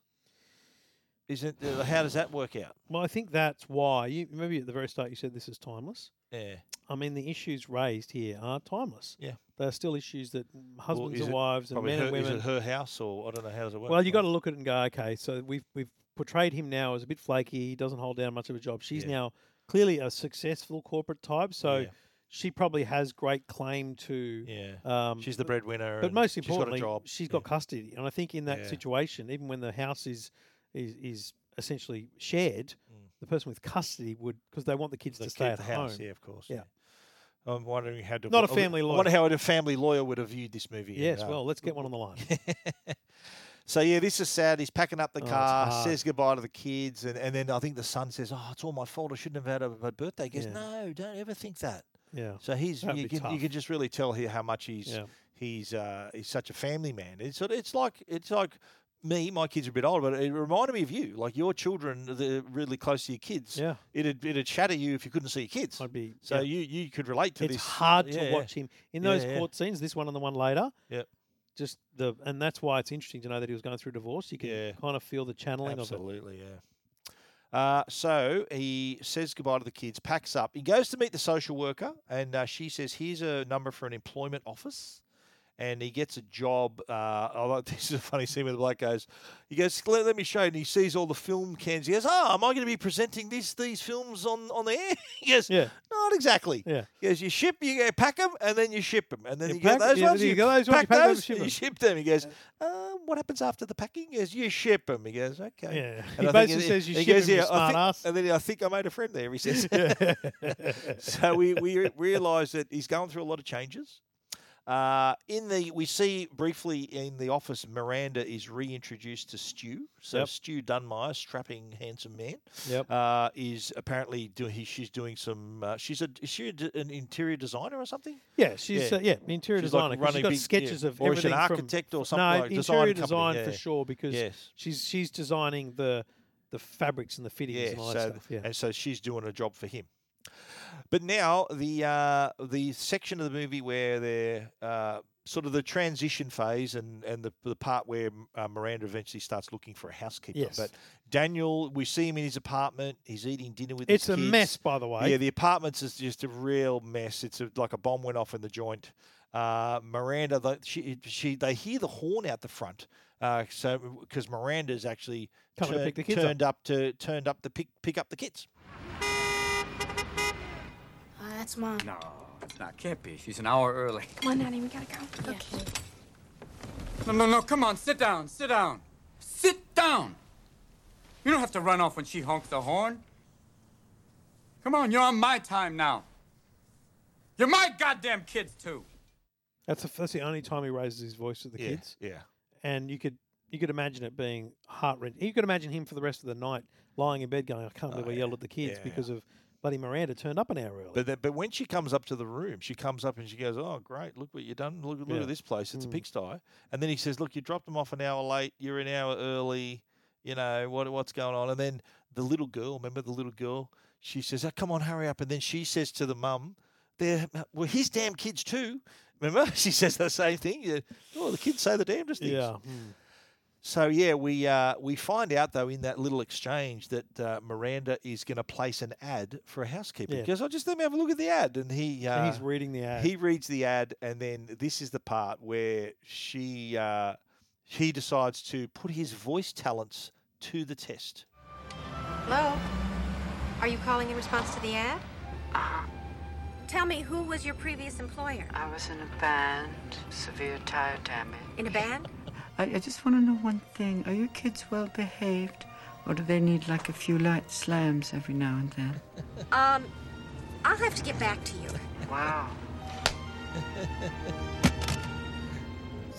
Speaker 7: Isn't uh, how does that work out?
Speaker 8: Well, I think that's why you maybe at the very start you said this is timeless.
Speaker 7: Yeah.
Speaker 8: I mean, the issues raised here are timeless.
Speaker 7: Yeah.
Speaker 8: they're still issues that
Speaker 7: Well,
Speaker 8: husbands
Speaker 7: is
Speaker 8: and
Speaker 7: it
Speaker 8: wives and
Speaker 7: probably
Speaker 8: men
Speaker 7: her,
Speaker 8: and women.
Speaker 7: Is it her house or I don't know how does it work?
Speaker 8: Well, you got to look at it and go, okay, so we've we've portrayed him now as a bit flaky. He doesn't hold down much of a job. She's
Speaker 7: Yeah.
Speaker 8: now clearly a successful corporate type, so
Speaker 7: Yeah.
Speaker 8: she probably has great claim to.
Speaker 7: Yeah.
Speaker 8: Um,
Speaker 7: She's the breadwinner.
Speaker 8: But
Speaker 7: and
Speaker 8: most
Speaker 7: she's got a
Speaker 8: importantly,
Speaker 7: job.
Speaker 8: she's got custody, and I think in that
Speaker 7: Yeah.
Speaker 8: situation, even when the house is is is essentially shared, the person with custody would because they want the kids
Speaker 7: Mm. They
Speaker 8: to stay
Speaker 7: keep
Speaker 8: at
Speaker 7: the house,
Speaker 8: home.
Speaker 7: yeah, of course,
Speaker 8: Yeah.
Speaker 7: yeah. I'm wondering how to
Speaker 8: Not a family
Speaker 7: I
Speaker 8: lawyer.
Speaker 7: wonder how a family lawyer would have viewed this movie. and,
Speaker 8: Yes.
Speaker 7: uh,
Speaker 8: Well, let's get one on the line.
Speaker 7: So yeah, this is sad. He's packing up the
Speaker 8: Oh, it's
Speaker 7: car,
Speaker 8: hard.
Speaker 7: says goodbye to the kids, and, and then I think the son says, "Oh, it's all my fault. I shouldn't have had a, a birthday." He goes,
Speaker 8: Yeah.
Speaker 7: "No, don't ever think that."
Speaker 8: yeah.
Speaker 7: So he's
Speaker 8: That'd
Speaker 7: you
Speaker 8: be
Speaker 7: can, you
Speaker 8: tough.
Speaker 7: can just really tell here how much he's
Speaker 8: Yeah.
Speaker 7: he's uh, he's such a family man. It's sort of- it's like it's like me. My kids are a bit older, but it reminded me of you. Like your children, they're really close to your kids.
Speaker 8: Yeah.
Speaker 7: it'd it'd shatter you if you couldn't see your kids.
Speaker 8: I'd be-
Speaker 7: so
Speaker 8: yeah.
Speaker 7: you you could relate to
Speaker 8: it's
Speaker 7: this.
Speaker 8: hard
Speaker 7: yeah,
Speaker 8: to
Speaker 7: yeah.
Speaker 8: watch him in those
Speaker 7: Yeah, yeah.
Speaker 8: court scenes. This one and the one later.
Speaker 7: Yep.
Speaker 8: Just the and that's why it's interesting to know that he was going through divorce. You can
Speaker 7: Yeah.
Speaker 8: kind of feel the channeling of
Speaker 7: Absolutely, yeah. Uh, so he says goodbye to the kids, packs up. He goes to meet the social worker, and uh, she says, "Here's a number for an employment office." And he gets a job. Uh, I like this is a funny scene where the bloke goes, he goes, let, let me show you. And he sees all the film cans. He goes, oh, am I going to be presenting this these films on, on the air? He goes,
Speaker 8: Yeah.
Speaker 7: not exactly.
Speaker 8: Yeah.
Speaker 7: He goes, you ship, you go pack them, and then you ship them. And then
Speaker 8: You
Speaker 7: you, get
Speaker 8: pack-
Speaker 7: those
Speaker 8: yeah,
Speaker 7: ones,
Speaker 8: you
Speaker 7: you,
Speaker 8: get those ones,
Speaker 7: pack
Speaker 8: you pack them,
Speaker 7: those,
Speaker 8: ship
Speaker 7: and you
Speaker 8: 'em.
Speaker 7: ship them. He goes, um, what happens after the packing? He goes, you ship them. He goes, okay.
Speaker 8: Yeah.
Speaker 7: And
Speaker 8: He
Speaker 7: I think
Speaker 8: basically
Speaker 7: he-
Speaker 8: says you
Speaker 7: he
Speaker 8: ship
Speaker 7: goes,
Speaker 8: 'em, you
Speaker 7: I think-
Speaker 8: smart-ass.
Speaker 7: And then I think I made a friend there, he says.
Speaker 8: it.
Speaker 7: so we, we realise that he's going through a lot of changes. Uh, in the we see briefly in the office, Miranda is reintroduced to Stu. So
Speaker 8: Yep.
Speaker 7: Stu Dunmire, strapping handsome man,
Speaker 8: Yep.
Speaker 7: uh, is apparently doing. he- She's doing some. Uh, she's a is she a d an interior designer or something?
Speaker 8: Yeah, she's yeah, uh, yeah an interior
Speaker 7: She's like
Speaker 8: designer. 'cause
Speaker 7: running
Speaker 8: she's got
Speaker 7: big- yeah.
Speaker 8: sketches of
Speaker 7: or is she
Speaker 8: everything
Speaker 7: an
Speaker 8: from-
Speaker 7: architect or something.
Speaker 8: No,
Speaker 7: like design,
Speaker 8: interior design
Speaker 7: company,
Speaker 8: for
Speaker 7: yeah.
Speaker 8: sure because
Speaker 7: Yes.
Speaker 8: she's she's designing the the fabrics and the fittings
Speaker 7: Yeah,
Speaker 8: and
Speaker 7: so-
Speaker 8: all that stuff. Yeah.
Speaker 7: and so she's doing a job for him. But now the uh, the section of the movie where they're uh, sort of the transition phase and, and the, the part where uh, Miranda eventually starts looking for a housekeeper.
Speaker 8: Yes.
Speaker 7: But Daniel, we see him in his apartment. He's eating dinner with
Speaker 8: It's
Speaker 7: his
Speaker 8: a
Speaker 7: kids.
Speaker 8: mess, by the way.
Speaker 7: Yeah, the apartments is just a real mess. It's a, like a bomb went off in the joint. Uh, Miranda, the, she, she, they hear the horn out the front. Uh, so because Miranda's actually
Speaker 8: Coming to
Speaker 7: turn-
Speaker 8: pick the kids up.
Speaker 7: turned up. to turned up to pick pick up the kids.
Speaker 12: Uh,
Speaker 13: that's mom.
Speaker 9: No, it's not. Can't be. She's an hour early.
Speaker 13: Come on, Nanny, we gotta go. Okay.
Speaker 9: No, no, no. Come on. Sit down. Sit down. Sit down. You don't have to run off when she honks the horn. Come on. You're on my time now. You're my goddamn kids, too.
Speaker 8: That's the, that's the only time he raises his voice to the
Speaker 7: Yeah,
Speaker 8: kids.
Speaker 7: yeah.
Speaker 8: And you could you could imagine it being heart wrenching. You could imagine him for the rest of the night lying in bed going, I can't believe I yelled at the kids
Speaker 7: Oh, yeah,
Speaker 8: because of bloody Miranda turned up an hour early.
Speaker 7: But then, but when she comes up to the room, she comes up and she goes, "Oh, great! Look what you've done! Look, look
Speaker 8: Yeah.
Speaker 7: at this place! It's
Speaker 8: Mm.
Speaker 7: a pigsty." And then he says, "Look, you dropped them off an hour late. You're an hour early. You know what what's going on?" And then the little girl, remember the little girl? She says, oh, "Come on, hurry up!" And then she says to the mum, "They're well, his damn kids too." Remember, she says the same thing. Yeah, Oh, the kids say the damnedest things.
Speaker 8: Yeah.
Speaker 7: Hmm. So yeah, we uh, we find out though in that little exchange that uh, Miranda is going to place an ad for a housekeeper.
Speaker 8: Yeah.
Speaker 7: He goes, "Oh, just let me have a look at the ad," and he uh,
Speaker 8: And he's reading the ad.
Speaker 7: He reads the ad, and then this is the part where she uh, he decides to put his voice talents to the test.
Speaker 12: Hello? Are you calling in response to the ad? Uh-huh. Tell me, who was your previous employer?
Speaker 14: I was in a band, severe tire damage.
Speaker 12: In a band?
Speaker 14: I, I just want to know one thing. Are your kids well behaved? Or do they need like a few light slams every now and then?
Speaker 12: um, I'll have to get back to you. Oh.
Speaker 14: Wow.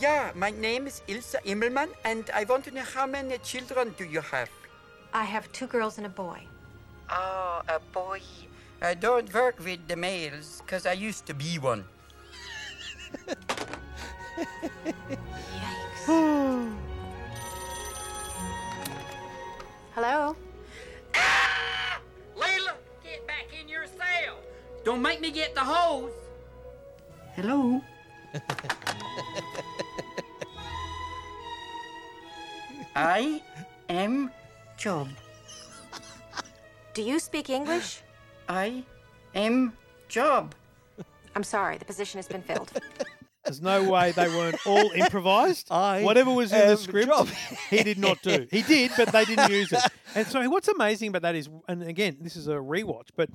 Speaker 15: Yeah, my name is Ilse Immelmann, and I want to know how many children do you have?
Speaker 12: I have two girls and a boy.
Speaker 15: Oh, a boy. I don't work with the males, because I used to be one.
Speaker 12: Hello?
Speaker 15: Layla, get back in your cell. Don't make me get the hose.
Speaker 14: Hello?
Speaker 15: I am Job.
Speaker 12: Do you speak English?
Speaker 15: I am Job.
Speaker 12: I'm sorry, the position has been filled.
Speaker 8: There's no way they weren't all improvised.
Speaker 7: I
Speaker 8: Whatever was in the
Speaker 7: am
Speaker 8: script,
Speaker 7: Job.
Speaker 8: he did not do. He did, but they didn't use it. And so, what's amazing about that is, and again, this is a rewatch, but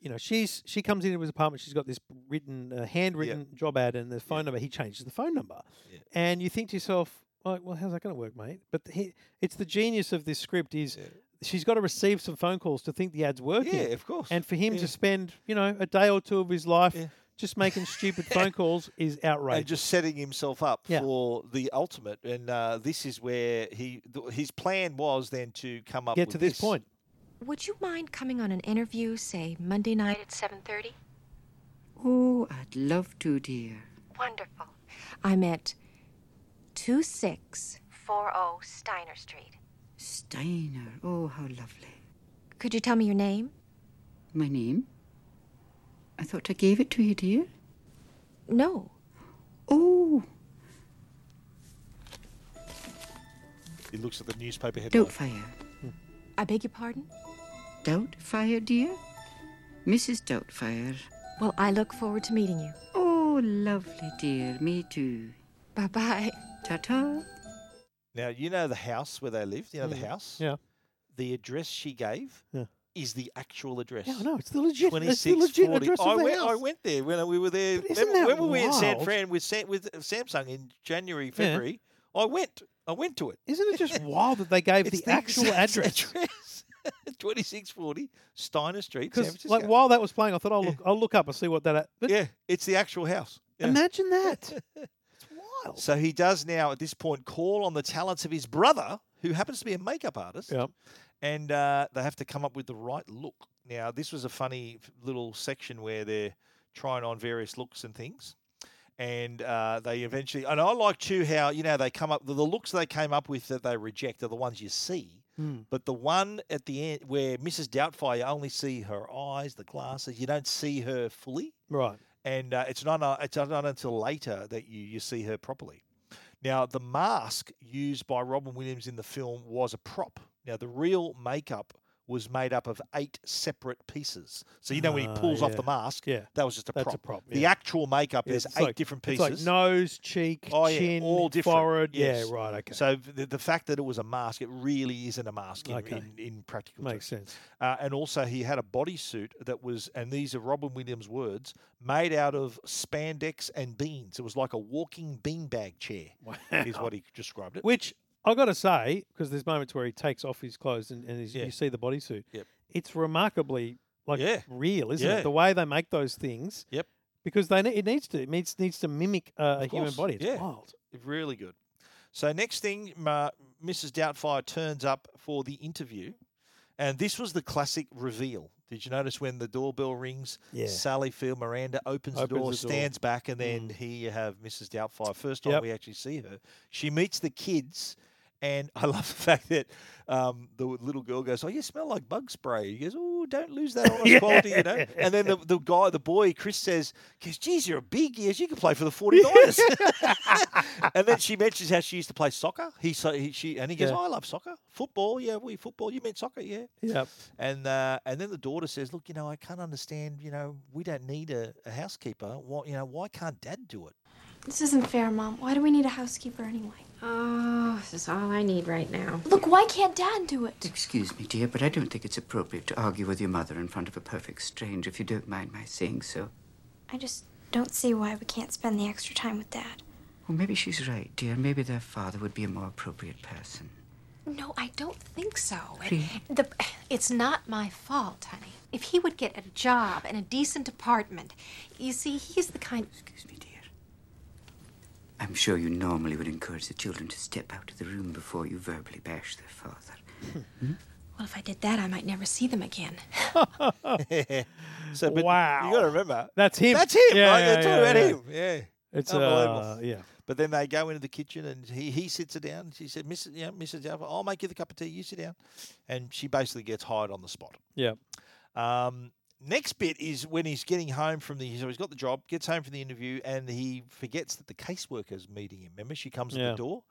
Speaker 8: you know, she's she comes into his apartment. She's got this written, uh, handwritten job ad and the phone number. He changes the phone number, and you think to yourself, "Oh, well, well how's that going to work, mate? But he, it's the genius of this script is. She's got to receive some phone calls to think the ad's working.
Speaker 7: Yeah, of course.
Speaker 8: And for him
Speaker 7: Yeah.
Speaker 8: to spend, you know, a day or two of his life just making stupid phone calls is outrageous.
Speaker 7: And just setting himself up
Speaker 8: Yeah.
Speaker 7: for the ultimate. And uh, this is where he th- his plan was then to come up
Speaker 8: Get
Speaker 7: with
Speaker 8: to this point.
Speaker 12: Would you mind coming on an interview, say Monday night at 7:30?
Speaker 14: Oh, I'd love to, dear.
Speaker 12: Wonderful. I'm at 2640 Steiner Street.
Speaker 14: Steiner. Oh, how lovely.
Speaker 12: Could you tell me your name?
Speaker 14: My name? I thought I gave it to you, dear.
Speaker 12: No.
Speaker 14: Oh,
Speaker 7: He looks at the newspaper headline.
Speaker 14: Doubtfire.
Speaker 12: I beg your pardon?
Speaker 14: Doubtfire, dear? Mrs. Doubtfire.
Speaker 12: Well, I look forward to meeting you.
Speaker 14: Oh, lovely, dear. Me too.
Speaker 12: Bye bye.
Speaker 14: Ta ta.
Speaker 7: Now you know the house where they lived. You know
Speaker 8: Mm.
Speaker 7: the house.
Speaker 8: Yeah.
Speaker 7: The address she gave
Speaker 8: Yeah.
Speaker 7: is the actual address.
Speaker 8: Yeah, I know, it's the legit- it's the
Speaker 7: 2640.
Speaker 8: legit address of
Speaker 7: I
Speaker 8: the
Speaker 7: went. I
Speaker 8: house.
Speaker 7: went there when we were there.
Speaker 8: But isn't
Speaker 7: remember-
Speaker 8: that
Speaker 7: when were we in San
Speaker 8: wild?
Speaker 7: Fran with Sam, with uh, Samsung in January,
Speaker 8: Yeah.
Speaker 7: February? I went. I went to it.
Speaker 8: Isn't it just wild that they gave
Speaker 7: It's
Speaker 8: the, actual
Speaker 7: exact
Speaker 8: address?
Speaker 7: address. 2640 Steiner Street, San
Speaker 8: Because
Speaker 7: Francisco.
Speaker 8: like while that was playing, I thought I'll look. I'll look up and see what that. But
Speaker 7: yeah, it's the actual house. Yeah.
Speaker 8: Imagine that.
Speaker 7: So he does now at this point call on the talents of his brother, who happens to be a makeup artist. And uh, they have to come up with the right look. Now, this was a funny f- little section where they're trying on various looks and things. And uh, they eventually, and I like too how, you know, they come up, the the looks they came up with that they reject are the ones you see.
Speaker 8: Hmm.
Speaker 7: But the one at the end where Mrs. Doubtfire, you only see her eyes, the glasses, you don't see her fully
Speaker 8: Right.
Speaker 7: and uh, it's not uh, it's not until later that you you see her properly. Now, the mask used by Robin Williams in the film was a prop. Now, the real makeup was made up of eight separate pieces. So you know when he
Speaker 8: Ah,
Speaker 7: pulls off
Speaker 8: yeah.
Speaker 7: the mask,
Speaker 8: Yeah.
Speaker 7: that was just a
Speaker 8: That's a
Speaker 7: prop.
Speaker 8: prop,
Speaker 7: The
Speaker 8: yeah.
Speaker 7: actual makeup
Speaker 8: Yeah,
Speaker 7: is
Speaker 8: it's
Speaker 7: eight
Speaker 8: like-
Speaker 7: different
Speaker 8: it's like
Speaker 7: pieces.
Speaker 8: nose, cheek,
Speaker 7: Oh, yeah,
Speaker 8: chin,
Speaker 7: all different.
Speaker 8: forehead. Yeah,
Speaker 7: Yes.
Speaker 8: right, okay.
Speaker 7: So the, the fact that it was a mask, it really isn't a mask in,
Speaker 8: Okay.
Speaker 7: in, in practical
Speaker 8: Makes
Speaker 7: terms.
Speaker 8: sense.
Speaker 7: Uh, and also, he had a bodysuit that was, and these are Robin Williams' words, made out of spandex and beans. It was like a walking beanbag chair, is what he described it.
Speaker 8: Which I got to say, because there's moments where he takes off his clothes and, and his,
Speaker 7: Yeah.
Speaker 8: you see the bodysuit.
Speaker 7: Yep.
Speaker 8: It's remarkably like
Speaker 7: Yeah.
Speaker 8: real, isn't
Speaker 7: Yeah.
Speaker 8: it? The way they make those things.
Speaker 7: Yep.
Speaker 8: Because they ne- it needs to it needs needs to mimic uh, a
Speaker 7: Of
Speaker 8: human
Speaker 7: course,
Speaker 8: body. It's
Speaker 7: yeah.
Speaker 8: wild.
Speaker 7: Really good. So next thing, Ma Mrs. Doubtfire turns up for the interview, and this was the classic reveal. Did you notice when the doorbell rings?
Speaker 8: Yeah.
Speaker 7: Sally Field Miranda opens, the
Speaker 8: Opens
Speaker 7: door,
Speaker 8: the door. Mm.
Speaker 7: stands back, and then here you have Mrs. Doubtfire. First time
Speaker 8: Yep.
Speaker 7: we actually see her, she meets the kids. And I love the fact that um, the little girl goes, "Oh, you smell like bug spray." He goes, "Oh, don't lose that honest
Speaker 8: Yeah.
Speaker 7: quality, you know." And then the, the guy, the boy, Chris says, "Goes, geez, you're a big ears. You can play for the 49ers." and then she mentions how she used to play soccer. He, so, he she and he goes,
Speaker 8: Yeah.
Speaker 7: "Oh, I love soccer, football. Yeah, we football. You meant soccer, yeah."
Speaker 8: Yep.
Speaker 7: And uh, and then the daughter says, "Look, you know, I can't understand. You know, we don't need a, a housekeeper. Why, you know, why can't Dad do it?"
Speaker 13: This isn't fair, Mom. Why do we need a housekeeper anyway?
Speaker 16: Oh,
Speaker 14: Ah.
Speaker 16: this is all I need right now.
Speaker 13: Look, why can't Dad do it?
Speaker 17: Excuse me, dear, but I don't think it's appropriate to argue with your mother in front of a perfect stranger, if you don't mind my saying so.
Speaker 13: I just don't see why we can't spend the extra time with Dad.
Speaker 17: Well, maybe she's right, dear. Maybe their father would be a more appropriate person.
Speaker 16: No, I don't think so. And
Speaker 17: Really?
Speaker 16: The, it's not my fault, honey. If he would get a job and a decent apartment, you see, he's the kind.
Speaker 17: I'm sure you normally would encourage the children to step out of the room before you verbally bash their father.
Speaker 16: Well, if I did that, I might never see them again.
Speaker 7: so, but
Speaker 8: wow.
Speaker 7: You got to remember,
Speaker 8: That's him.
Speaker 7: That's him.
Speaker 8: Yeah,
Speaker 7: right?
Speaker 8: yeah,
Speaker 7: They're talking
Speaker 8: yeah,
Speaker 7: about
Speaker 8: yeah.
Speaker 7: him. Yeah.
Speaker 8: It's, uh, yeah.
Speaker 7: But then they go into the kitchen and he, he sits her down. She said, Mrs. Yeah, Mrs. Alpha, I'll make you the cup of tea. You sit down. And she basically gets hired on the spot.
Speaker 8: Yeah.
Speaker 7: Um, next bit is when he's getting home from the. So he's got the job, gets home from the interview, and he forgets that the caseworker's meeting him. Remember, she comes to
Speaker 8: Yeah.
Speaker 7: the door,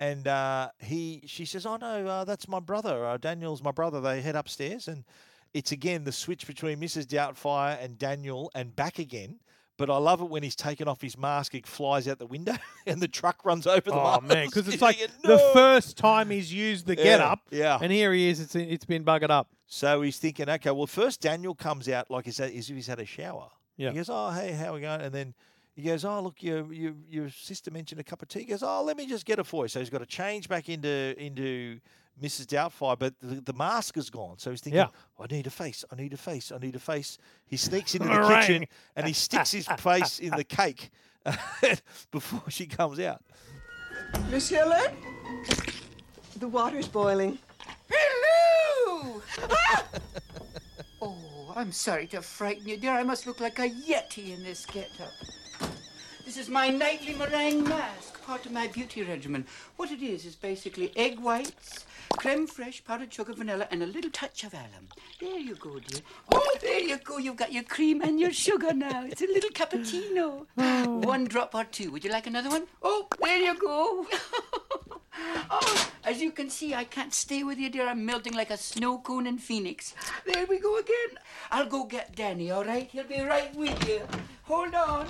Speaker 7: and uh, he she says, "Oh no, uh, that's my brother. Uh, Daniel's my brother." They head upstairs, and it's again the switch between Mrs. Doubtfire and Daniel, and back again. But I love it when he's taken off his mask. It flies out the window, and the truck runs over the
Speaker 8: Oh
Speaker 7: mask.
Speaker 8: man, because it's
Speaker 7: You
Speaker 8: like
Speaker 7: think,
Speaker 8: the
Speaker 7: "No!"
Speaker 8: first time he's used the get
Speaker 7: Yeah,
Speaker 8: up.
Speaker 7: yeah.
Speaker 8: And here he is. It's it's been buggered up.
Speaker 7: So he's thinking, okay, well, first Daniel comes out like he's had, as if he's had a shower.
Speaker 8: Yeah.
Speaker 7: He goes, oh, hey, how are we going? And then he goes, oh, look, your, your, your sister mentioned a cup of tea. He goes, oh, let me just get it for you. So he's got to change back into into Mrs. Doubtfire, but the, the mask is gone. So he's thinking,
Speaker 8: Yeah.
Speaker 7: I need a face. I need a face. I need a face. He sneaks into the
Speaker 8: Meringue.
Speaker 7: kitchen and he sticks his face in the cake before she comes out.
Speaker 18: Miss Hillard? The water's boiling.
Speaker 19: Hello!
Speaker 18: Ah! Oh, I'm sorry to frighten you, dear. I must look like a yeti in this getup. This is my nightly meringue mask, part of my beauty regimen. What it is is basically egg whites, creme fraiche, powdered sugar, vanilla, and a little touch of alum. There you go, dear. Oh, there you go. You've got your cream and your sugar now. It's a little cappuccino. One drop or two. Would you like another one? Oh, there you go. Oh, as you can see, I can't stay with you, dear. I'm melting like a snow cone in Phoenix. There we go again. I'll go get Danny, all right? He'll be right with you. Hold on.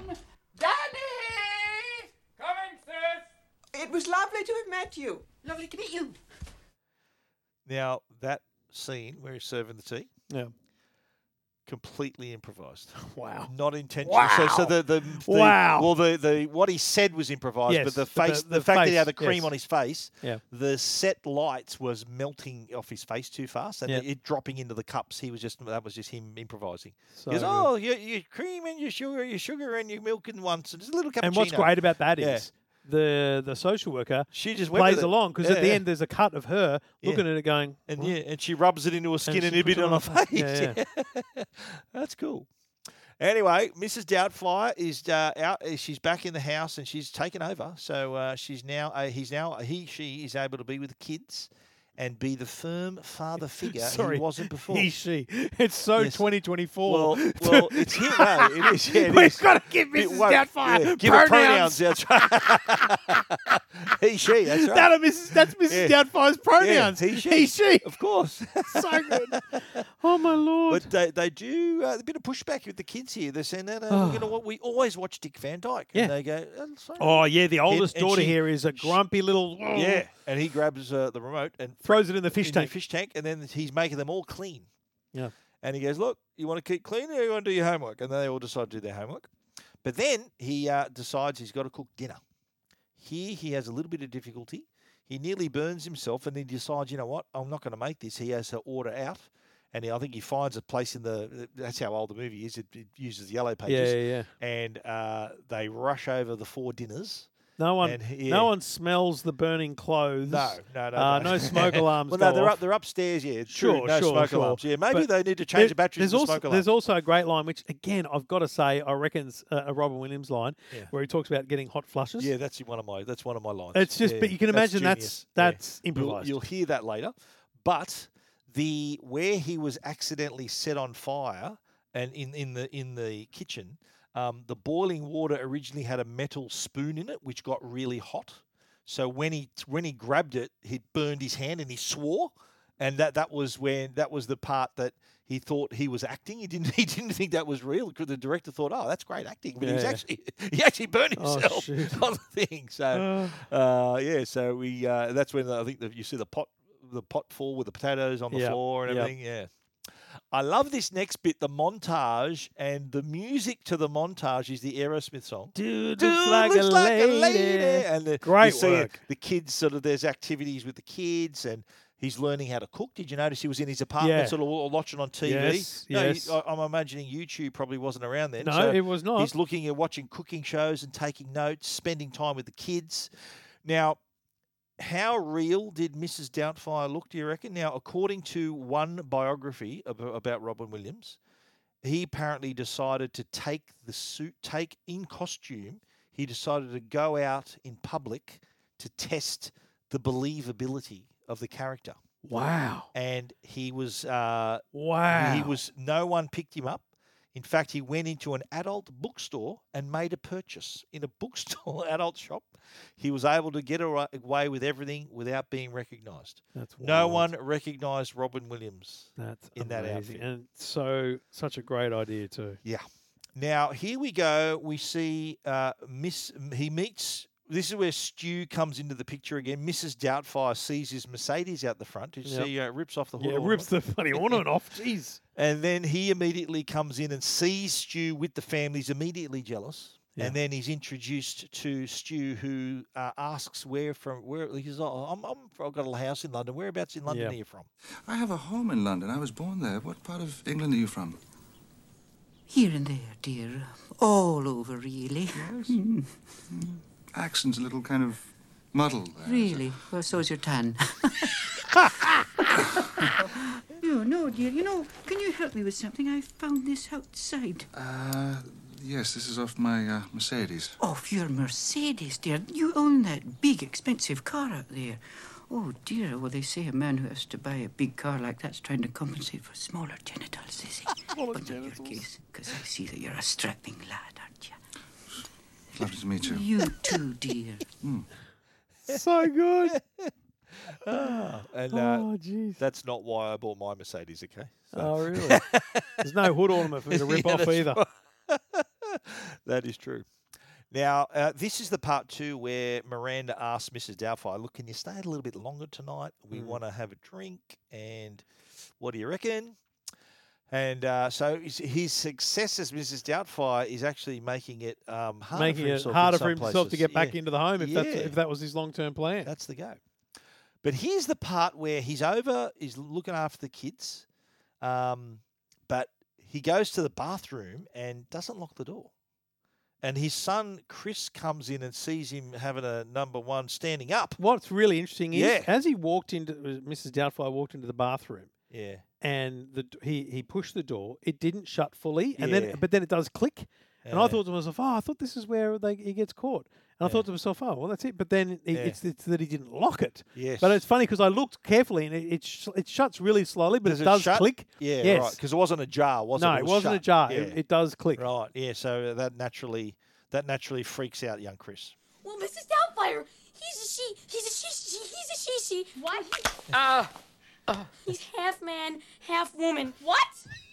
Speaker 18: Danny! Coming, sis!
Speaker 19: It was lovely to have met you.
Speaker 18: Lovely to meet you.
Speaker 7: Now, that scene where he's serving the tea
Speaker 8: Yeah.
Speaker 7: completely improvised. Wow. Not intentional. So, so the, the, the
Speaker 8: Wow.
Speaker 7: Well, the, the what he said was improvised,
Speaker 8: Yes,
Speaker 7: but the
Speaker 8: but the-
Speaker 7: face, the,
Speaker 8: the
Speaker 7: fact that he had the
Speaker 8: face,
Speaker 7: cream
Speaker 8: yes.
Speaker 7: on his face,
Speaker 8: Yeah.
Speaker 7: the set lights was melting off his face too fast, and
Speaker 8: Yeah.
Speaker 7: it, dropping into the cups. He was just that was just him improvising.
Speaker 8: So
Speaker 7: he goes,
Speaker 8: good.
Speaker 7: "Oh, your, your cream and your sugar, your sugar and your milk in once, and just a little cappuccino."
Speaker 8: And what's great about that is
Speaker 7: Yeah.
Speaker 8: the the social worker
Speaker 7: she just went with
Speaker 8: plays
Speaker 7: it.
Speaker 8: along because at
Speaker 7: Yeah,
Speaker 8: the
Speaker 7: yeah.
Speaker 8: end there's a cut of her looking
Speaker 7: Yeah.
Speaker 8: at it going
Speaker 7: and
Speaker 8: "What?"
Speaker 7: yeah, and she rubs it into her skin
Speaker 8: she
Speaker 7: and, a
Speaker 8: puts
Speaker 7: bit on her face.
Speaker 8: Yeah, yeah.
Speaker 7: That's cool. Anyway, Mrs. Doubtfire is uh, out. uh, She's back in the house and she's taken over. So uh, she's now uh, he's now he she is able to be with the kids and be the firm father figure
Speaker 8: Sorry,
Speaker 7: he wasn't before.
Speaker 8: He, she. It's so
Speaker 7: Yes.
Speaker 8: 2024.
Speaker 7: Well, well, it's him. No, it is. Yeah, it
Speaker 8: We've
Speaker 7: is.
Speaker 8: gotta give
Speaker 7: It
Speaker 8: Mrs.
Speaker 7: won't-
Speaker 8: Doubtfire
Speaker 7: yeah, give her
Speaker 8: pronouns.
Speaker 7: pronouns. That's right. he, she. That's right.
Speaker 8: That are Mrs. That's Mrs. Doubtfire's pronouns.
Speaker 7: Yeah, he, she.
Speaker 8: He, she.
Speaker 7: Of course.
Speaker 8: so good. Oh my lord!
Speaker 7: But they, they do uh, a bit of pushback with the kids here. They're saying, uh, no, no, we're gonna, wa- we always watch Dick Van Dyke.
Speaker 8: Oh. Yeah.
Speaker 7: And they go, "Oh, sorry."
Speaker 8: Oh yeah, the
Speaker 7: And-
Speaker 8: oldest
Speaker 7: and
Speaker 8: daughter
Speaker 7: she-
Speaker 8: here is a grumpy little. oh.
Speaker 7: Yeah. And he grabs uh, the remote and
Speaker 8: Throws it in the fish
Speaker 7: in the
Speaker 8: tank.
Speaker 7: fish tank, and then he's making them all clean.
Speaker 8: Yeah.
Speaker 7: And he goes, look, you want to keep clean or you want to do your homework? And they all decide to do their homework. But then he uh, decides he's got to cook dinner. Here he has a little bit of difficulty. He nearly burns himself, and he decides, you know what, I'm not going to make this. He has to order out, and he, I think he finds a place in the. That's how old the movie is. It, it uses the yellow pages.
Speaker 8: yeah,
Speaker 7: yeah. And uh, they rush over the four dinners.
Speaker 8: No one,
Speaker 7: And he- yeah.
Speaker 8: no one smells the burning clothes.
Speaker 7: No, no, no.
Speaker 8: Uh,
Speaker 7: no.
Speaker 8: no smoke alarms.
Speaker 7: well, no,
Speaker 8: go
Speaker 7: they're
Speaker 8: off.
Speaker 7: up. They're upstairs. Yeah, it's
Speaker 8: Sure,
Speaker 7: true. No
Speaker 8: sure,
Speaker 7: smoke
Speaker 8: sure.
Speaker 7: alarms. Yeah, maybe
Speaker 8: But
Speaker 7: they need to change the
Speaker 8: there-
Speaker 7: batteries.
Speaker 8: There's
Speaker 7: in the
Speaker 8: also
Speaker 7: smoke alarm.
Speaker 8: there's also a great line, which again I've got to say I reckon's uh, a Robin Williams line,
Speaker 7: Yeah.
Speaker 8: where he talks about getting hot flushes.
Speaker 7: Yeah, that's one of my that's one of my lines.
Speaker 8: It's just-
Speaker 7: Yeah,
Speaker 8: but you can imagine that's-
Speaker 7: genius. Yeah.
Speaker 8: that's
Speaker 7: You'll-
Speaker 8: improvised.
Speaker 7: You'll, hear that later, but the where he was accidentally set on fire and in in the in the kitchen, um, the boiling water originally had a metal spoon in it, which got really hot. So when he when he grabbed it, he burned his hand and he swore. And that, that was when that was the part that he thought he was acting. He didn't he didn't think that was real because the director thought, oh, that's great acting, but he was
Speaker 8: Yeah.
Speaker 7: actually he actually burned
Speaker 8: Oh,
Speaker 7: himself
Speaker 8: shoot.
Speaker 7: on the thing. So uh, yeah, so we uh, that's when I think that you see the pot the pot fall with the potatoes on the
Speaker 8: Yep,
Speaker 7: floor and
Speaker 8: yep.
Speaker 7: everything. Yeah. I love this next bit, the montage, and the music to the montage is the Aerosmith song.
Speaker 8: Dude,
Speaker 7: Dude,
Speaker 8: looks like, a, lady.
Speaker 7: And the, you
Speaker 8: Great
Speaker 7: see it,
Speaker 8: work.
Speaker 7: The kids sort of there's activities with the kids, and he's learning how to cook. Did you notice he was in his apartment,
Speaker 8: Yeah.
Speaker 7: sort of wa- watching on TV?
Speaker 8: Yes,
Speaker 7: no,
Speaker 8: yes.
Speaker 7: He, I, I'm imagining YouTube probably wasn't around then.
Speaker 8: No,
Speaker 7: so
Speaker 8: it was not.
Speaker 7: He's looking at watching cooking shows and taking notes, spending time with the kids. Now, how real did Mrs. Doubtfire look? Do you reckon? Now, according to one biography ab- about Robin Williams, he apparently decided to take the suit, take in costume. He decided to go out in public to test the believability of the character.
Speaker 8: Wow.
Speaker 7: And he was uh, He
Speaker 8: Wow.
Speaker 7: was no one picked him up. In fact, he went into an adult bookstore and made a purchase in a bookstore adult shop. He was able to get ar- away with everything without being recognised.
Speaker 8: That's
Speaker 7: No
Speaker 8: wild.
Speaker 7: one recognised Robin Williams
Speaker 8: That's
Speaker 7: in that
Speaker 8: amazing.
Speaker 7: outfit.
Speaker 8: and so such a great idea too.
Speaker 7: Yeah. Now here we go. We see uh, Miss. He meets. This is where Stew comes into the picture again. Mrs. Doubtfire sees his Mercedes out the front. You
Speaker 8: Yep.
Speaker 7: see, uh, rips off the hood.
Speaker 8: Yeah,
Speaker 7: ornament.
Speaker 8: rips the funny ornament off. Jeez.
Speaker 7: And then he immediately comes in and sees Stew with the family. He's immediately jealous.
Speaker 8: Yeah.
Speaker 7: And then he's introduced to Stew, who uh, asks where from. Where he says, "Oh, I'm, I'm, I've got a house in London. Whereabouts in London
Speaker 5: Yeah.
Speaker 7: are you from?"
Speaker 5: I have a home in London. I was born there. What part of England are you from?
Speaker 17: Here and there, dear. All over, really. Mm,
Speaker 5: Accent's a little kind of muddled there.
Speaker 17: really? Well, so's your tan.
Speaker 14: No, no, dear. You know, can you help me with something? I found this outside.
Speaker 5: Uh, yes, this is off my uh, Mercedes.
Speaker 17: Off your Mercedes, dear. You own that big, expensive car out there. Oh, dear. Well, they say a man who has to buy a big car like that's trying to compensate for smaller genitals, is he? but not your case, because I see that you're a strapping lad, aren't you?
Speaker 5: Lovely to meet you.
Speaker 17: You too, dear.
Speaker 8: so good.
Speaker 7: Ah, and uh,
Speaker 8: Oh, jeez.
Speaker 7: that's not why I bought my Mercedes. Okay. So-
Speaker 8: Oh, really? There's no hood ornament for me to rip
Speaker 7: Yeah,
Speaker 8: off
Speaker 7: that's
Speaker 8: either.
Speaker 7: right. that is true. Now, uh, this is the part two where Miranda asks Mrs. Doubtfire, "Look, can you stay a little bit longer tonight? We
Speaker 8: Mm.
Speaker 7: want to have a drink, and what do you reckon?" And uh, so his, his success as Mrs. Doubtfire is actually making it um, harder
Speaker 8: Making
Speaker 7: for
Speaker 8: it
Speaker 7: himself in
Speaker 8: harder
Speaker 7: some
Speaker 8: for himself to
Speaker 7: places.
Speaker 8: get back
Speaker 7: Yeah.
Speaker 8: into the home if, that's,
Speaker 7: Yeah.
Speaker 8: if that was his long term plan.
Speaker 7: That's the go. But here's the part where he's over, he's looking after the kids, um, but he goes to the bathroom and doesn't lock the door. And his son Chris comes in and sees him having a number one standing up.
Speaker 8: What's really interesting is
Speaker 7: Yeah.
Speaker 8: as he walked into Mrs. Doubtfire walked into the bathroom.
Speaker 7: Yeah.
Speaker 8: And the d- he he pushed the door. It didn't shut fully, and
Speaker 7: Yeah.
Speaker 8: then but then it does click. And
Speaker 7: Yeah.
Speaker 8: I thought to myself, oh, I thought this is where they, he gets caught. And I thought to myself, oh, well, that's it. But then it,
Speaker 7: Yeah.
Speaker 8: it's, it's that he didn't lock it.
Speaker 7: Yes.
Speaker 8: But it's funny because I looked carefully, and it it, sh- it shuts really slowly, but
Speaker 7: Does it
Speaker 8: it does
Speaker 7: shut?
Speaker 8: click.
Speaker 7: Yeah,
Speaker 8: yes.
Speaker 7: right. Because it wasn't ajar, was it?
Speaker 8: No, it
Speaker 7: was
Speaker 8: wasn't
Speaker 7: shut.
Speaker 8: ajar. It-
Speaker 7: Yeah.
Speaker 8: it does click.
Speaker 7: Right. Yeah. So that naturally that naturally freaks out young Chris.
Speaker 20: Well, Mrs. Doubtfire, he's a she. He's a she. she he's a she. She. What?
Speaker 18: Ah,
Speaker 20: He's half man, half woman. What?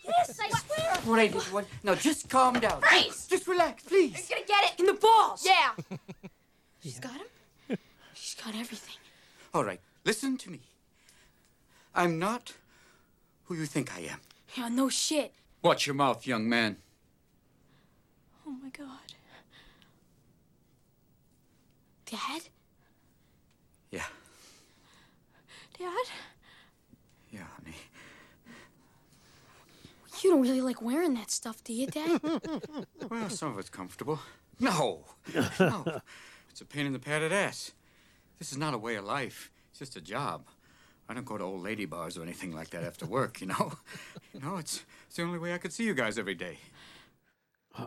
Speaker 20: Yes, I swear.
Speaker 18: all right, everyone. Now just calm down.
Speaker 20: Freeze.
Speaker 18: Just relax, please.
Speaker 20: You're gonna get it in the balls. Yeah. She's got him.
Speaker 18: She's got everything. All right, listen to me. I'm not who you think I am.
Speaker 20: Yeah, no shit.
Speaker 9: Watch your mouth, young man.
Speaker 20: Oh my god. Dad.
Speaker 18: Yeah.
Speaker 20: Dad.
Speaker 18: Yeah, honey.
Speaker 20: You don't really like wearing that stuff, do you, Dad?
Speaker 18: Well, some of it's comfortable. No. No. it's a pain in the padded ass. This is not a way of life. It's just a job. I don't go to old lady bars or anything like that after work, you know? No, it's, it's the only way I could see you guys every day.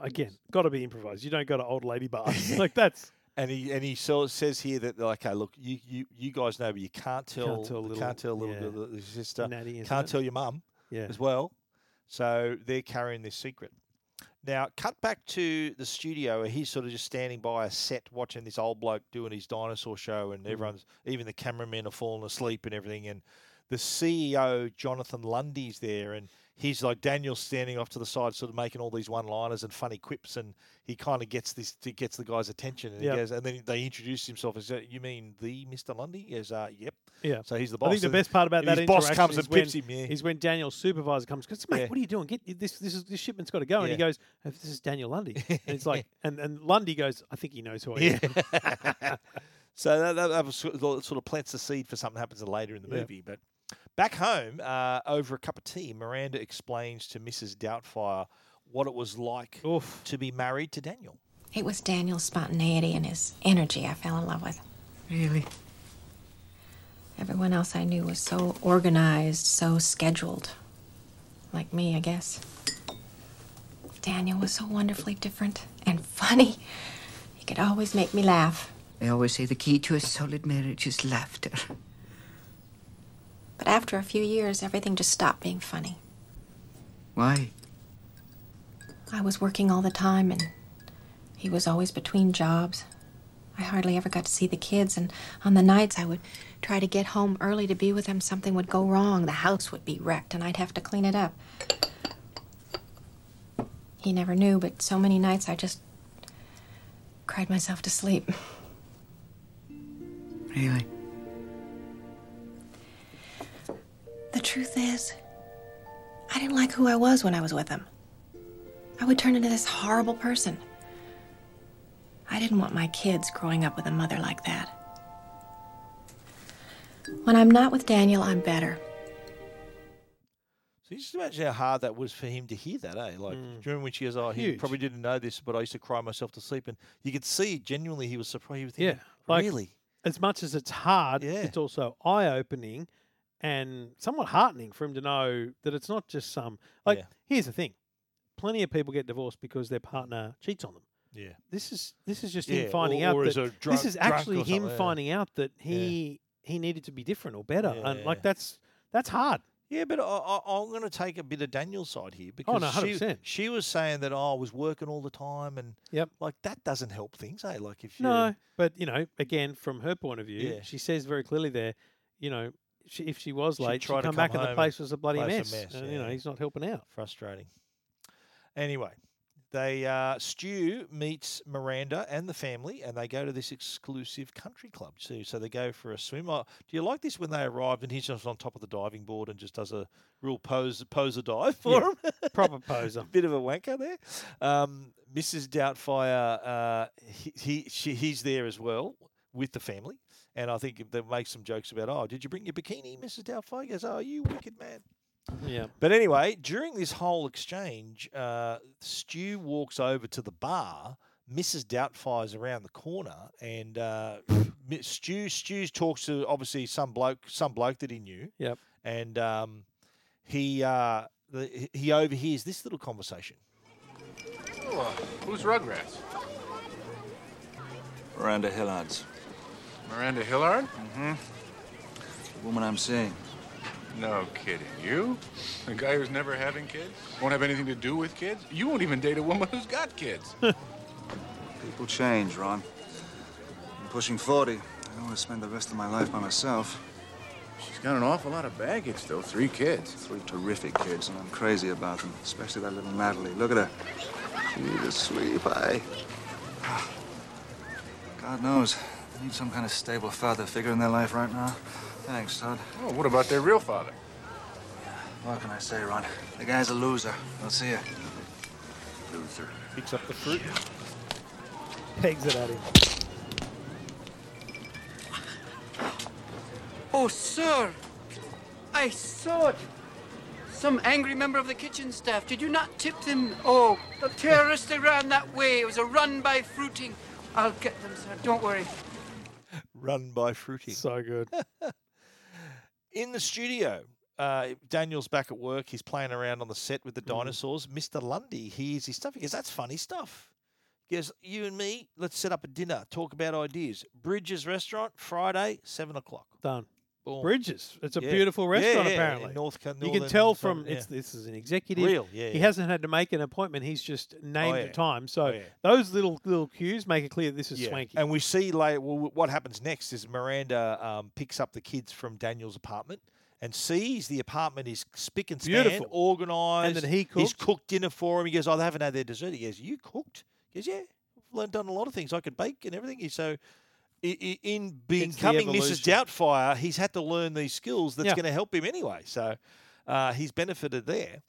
Speaker 8: Again, got to be improvised. You don't go to old lady bars like that's.
Speaker 7: And he and he so says here that like, okay, look, you, you, you guys know, but you can't tell can't
Speaker 8: tell
Speaker 7: tell
Speaker 8: little-
Speaker 7: little, can't tell little,
Speaker 8: yeah.
Speaker 7: little- little sister,
Speaker 8: Natty, isn't
Speaker 7: can't
Speaker 8: it?
Speaker 7: tell your mum,
Speaker 8: Yeah.
Speaker 7: as well. So they're carrying this secret. Now, cut back to the studio where he's sort of just standing by a set watching this old bloke doing his dinosaur show, and
Speaker 8: Mm.
Speaker 7: everyone's, even the cameramen are falling asleep and everything. And the CEO, Jonathan Lundy's there, and he's like Daniel standing off to the side, sort of making all these one liners and funny quips. And he kind of gets this, he gets the guy's attention. And,
Speaker 8: Yep.
Speaker 7: he goes, and then they introduce himself as, uh, You mean the Mr. Lundy? He goes, uh, Yep.
Speaker 8: Yeah.
Speaker 7: So he's the boss.
Speaker 8: I think the
Speaker 7: And
Speaker 8: best part about that
Speaker 7: his boss
Speaker 8: interaction
Speaker 7: comes
Speaker 8: is
Speaker 7: and pips
Speaker 8: when,
Speaker 7: him. Yeah.
Speaker 8: is when Daniel's supervisor comes. Because mate,
Speaker 7: Yeah.
Speaker 8: what are you doing? Get this. This is this shipment's got to go. And he
Speaker 7: Yeah.
Speaker 8: goes, "Oh, "This is Daniel Lundy." and it's like, and and Lundy goes, "I think he knows who I
Speaker 7: Yeah.
Speaker 8: am."
Speaker 7: so that, that, that was sort of sort of plants the seed for something that happens later in the
Speaker 8: Yeah.
Speaker 7: movie. But back home, uh, over a cup of tea, Miranda explains to Mrs. Doubtfire what it was like to be married to Daniel.
Speaker 16: It was Daniel's spontaneity and his energy I fell in love with.
Speaker 18: Really?
Speaker 16: Everyone else I knew was so organized, so scheduled. Like me, I guess. Daniel was so wonderfully different and funny. He could always make me laugh.
Speaker 17: They always say the key to a solid marriage is laughter.
Speaker 16: But after a few years, everything just stopped being funny.
Speaker 17: Why?
Speaker 16: I was working all the time and he was always between jobs. I hardly ever got to see the kids, and on the nights I would try to get home early to be with him. Something would go wrong, the house would be wrecked, and I'd have to clean it up. He never knew, but so many nights I just cried myself to sleep.
Speaker 17: Really?
Speaker 16: The truth is, I didn't like who I was when I was with him. I would turn into this horrible person. I didn't want my kids growing up with a mother like that. When I'm not with Daniel, I'm better.
Speaker 7: So you just imagine how hard that was for him to hear that, eh? Like, do you remember when she goes, "Oh, he
Speaker 8: Mm. Huge.
Speaker 7: probably didn't know this, but I used to cry myself to sleep," and you could see genuinely he was surprised. He was
Speaker 8: yeah, Oh,
Speaker 7: thinking,
Speaker 8: like,
Speaker 7: "Really?"
Speaker 8: As much as it's hard, it's also eye opening and somewhat heartening for him to know that it's not just some. Like,
Speaker 7: Yeah.
Speaker 8: here's the thing: plenty of people get divorced because their partner cheats on them.
Speaker 7: Yeah.
Speaker 8: This is this is just
Speaker 7: Yeah,
Speaker 8: him finding
Speaker 7: or-
Speaker 8: out
Speaker 7: or
Speaker 8: that
Speaker 7: is a drunk-
Speaker 8: this is
Speaker 7: drunk
Speaker 8: actually
Speaker 7: or
Speaker 8: him
Speaker 7: something, yeah.
Speaker 8: finding out that he he needed to be different or better, and like
Speaker 7: Yeah.
Speaker 8: that's that's hard.
Speaker 7: Yeah, but I, I, I'm going to take a bit of Daniel's side here
Speaker 8: Oh,
Speaker 7: because
Speaker 8: no,
Speaker 7: she,
Speaker 8: 100%.
Speaker 7: she was saying that oh, I was working all the time and
Speaker 8: Yep.
Speaker 7: like that doesn't help things, eh? Like if you
Speaker 8: No, but you know, again, from her point of view,
Speaker 7: Yeah.
Speaker 8: she says very clearly there, you know, she, if she was
Speaker 7: She'd
Speaker 8: late, she'd
Speaker 7: try
Speaker 8: come,
Speaker 7: to come
Speaker 8: back and
Speaker 7: home
Speaker 8: the
Speaker 7: and
Speaker 8: place was a bloody
Speaker 7: place a
Speaker 8: mess.
Speaker 7: mess,
Speaker 8: and, You know,
Speaker 7: yeah.
Speaker 8: he's not helping out.
Speaker 7: frustrating. Anyway, They uh, Stu meets Miranda and the family, and they go to this exclusive country club too. So they go for a swim. Oh, do you like this when they arrived and he's just on top of the diving board and just does a real pose poser dive for him?
Speaker 8: Proper poser.
Speaker 7: Bit of a wanker there. Um, Mrs. Doubtfire, uh, he, he she, he's there as well with the family, and I think they make some jokes about, oh, did you bring your bikini, Mrs. Doubtfire? He goes, oh, you wicked man.
Speaker 8: Yeah.
Speaker 7: But anyway, during this whole exchange, uh, Stu walks over to the bar. Mrs. Doubtfire's around the corner, and uh, Mi- Stu Stu talks to obviously some bloke some bloke that he knew.
Speaker 8: Yep.
Speaker 7: And um, he uh, the, he overhears this little conversation.
Speaker 4: Oh, uh, who's Rugrats?
Speaker 21: Miranda Hillard's.
Speaker 4: Miranda Hillard?
Speaker 21: Mm-hmm. The woman I'm seeing.
Speaker 4: No kidding. You? The guy who's never having kids? Won't have anything to do with kids? You won't even date a woman who's got kids.
Speaker 21: People change, Ron. I'm pushing 40. I don't want to spend the rest of my life by myself.
Speaker 4: She's got an awful lot of baggage, though. Three kids.
Speaker 21: Three terrific kids, and I'm crazy about them, especially that little Natalie. Look at her. She's asleep. I. God knows. They need some kind of stable father figure in their life right now. Thanks, Todd.
Speaker 4: Oh, what about their real father?
Speaker 21: What can I say, Ron? The guy's a loser. I'll see ya.
Speaker 4: Loser.
Speaker 7: Picks up the fruit.
Speaker 8: Pegs it at him.
Speaker 15: Oh, sir, I saw it. Some angry member of the kitchen staff. Did you not tip them? Oh, the terrorists, they ran that way. It was a run by fruiting. I'll get them, sir. Don't worry.
Speaker 7: Run by Fruity.
Speaker 8: So good.
Speaker 7: In the studio, uh, Daniel's back at work. He's playing around on the set with the
Speaker 8: Mm.
Speaker 7: dinosaurs. Mr. Lundy hears his stuff. He goes, That's funny stuff. He goes, You and me, let's set up a dinner, talk about ideas. Bridges Restaurant, Friday, 7 o'clock.
Speaker 8: Done.
Speaker 7: Boom.
Speaker 8: Bridges. It's a
Speaker 7: Yeah.
Speaker 8: beautiful
Speaker 7: Yeah,
Speaker 8: restaurant,
Speaker 7: yeah, in
Speaker 8: apparently.
Speaker 7: North Ca-
Speaker 8: you can
Speaker 7: Northern
Speaker 8: tell
Speaker 7: Cal-
Speaker 8: from it's
Speaker 7: yeah.
Speaker 8: this is an executive.
Speaker 7: Real, yeah,
Speaker 8: He
Speaker 7: yeah.
Speaker 8: hasn't had to make an appointment. He's just named
Speaker 7: yeah.
Speaker 8: a time. So
Speaker 7: Oh, yeah.
Speaker 8: those little little cues make it clear that this is swanky.
Speaker 7: And we see later well, wh- what happens next is Miranda um, picks up the kids from Daniel's apartment and sees the apartment is spick and span,
Speaker 8: Beautiful.
Speaker 7: organised.
Speaker 8: And that he
Speaker 7: He's
Speaker 8: cooked.
Speaker 7: cooked dinner for him. He goes, "Oh, they haven't had their dessert." He goes, "You cooked?" He goes, "Yeah, I've learned done a lot of things. I could bake and everything." He so. i- i- In becoming Mrs.
Speaker 8: evolution.
Speaker 7: Doubtfire, he's had to learn these skills that's
Speaker 8: Yeah.
Speaker 7: going to help him anyway. So uh, he's benefited there.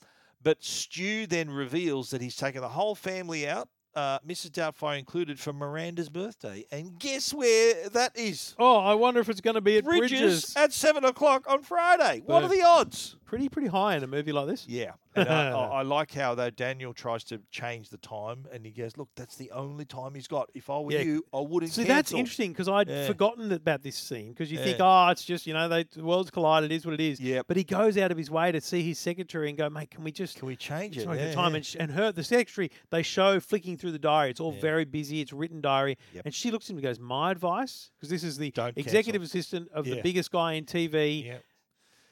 Speaker 7: But Stu then reveals that he's taken the whole family out, uh, Mrs. Doubtfire included, for Miranda's birthday. And guess where that is?
Speaker 8: Oh, I wonder if it's going to be at
Speaker 7: Bridges,
Speaker 8: Bridges.
Speaker 7: at 7 o'clock on Friday. What are
Speaker 8: Boom.
Speaker 7: the odds?
Speaker 8: Pretty pretty high in a movie like this.
Speaker 7: Yeah. And I, I I like how, though, Daniel tries to change the time and he goes, Look, that's the only time he's got. If I were
Speaker 8: Yeah.
Speaker 7: you, I wouldn't
Speaker 8: See, that's
Speaker 7: cancel."
Speaker 8: interesting because I'd
Speaker 7: Yeah.
Speaker 8: forgotten about this scene because you think,
Speaker 7: Yeah.
Speaker 8: oh, it's just you know they, the worlds collide. It is what it is. Yeah. But he goes out of his way to see his secretary and go, mate, can we just can
Speaker 7: we change it?
Speaker 8: Sorry,
Speaker 7: Yeah,
Speaker 8: the time
Speaker 7: yeah.
Speaker 8: and, sh- and her the secretary they show flicking through the diary. It's all very busy. It's written diary, and she looks at him and goes, my advice because this is the executive assistant of
Speaker 7: Yeah.
Speaker 8: the biggest guy in TV.
Speaker 7: Yep.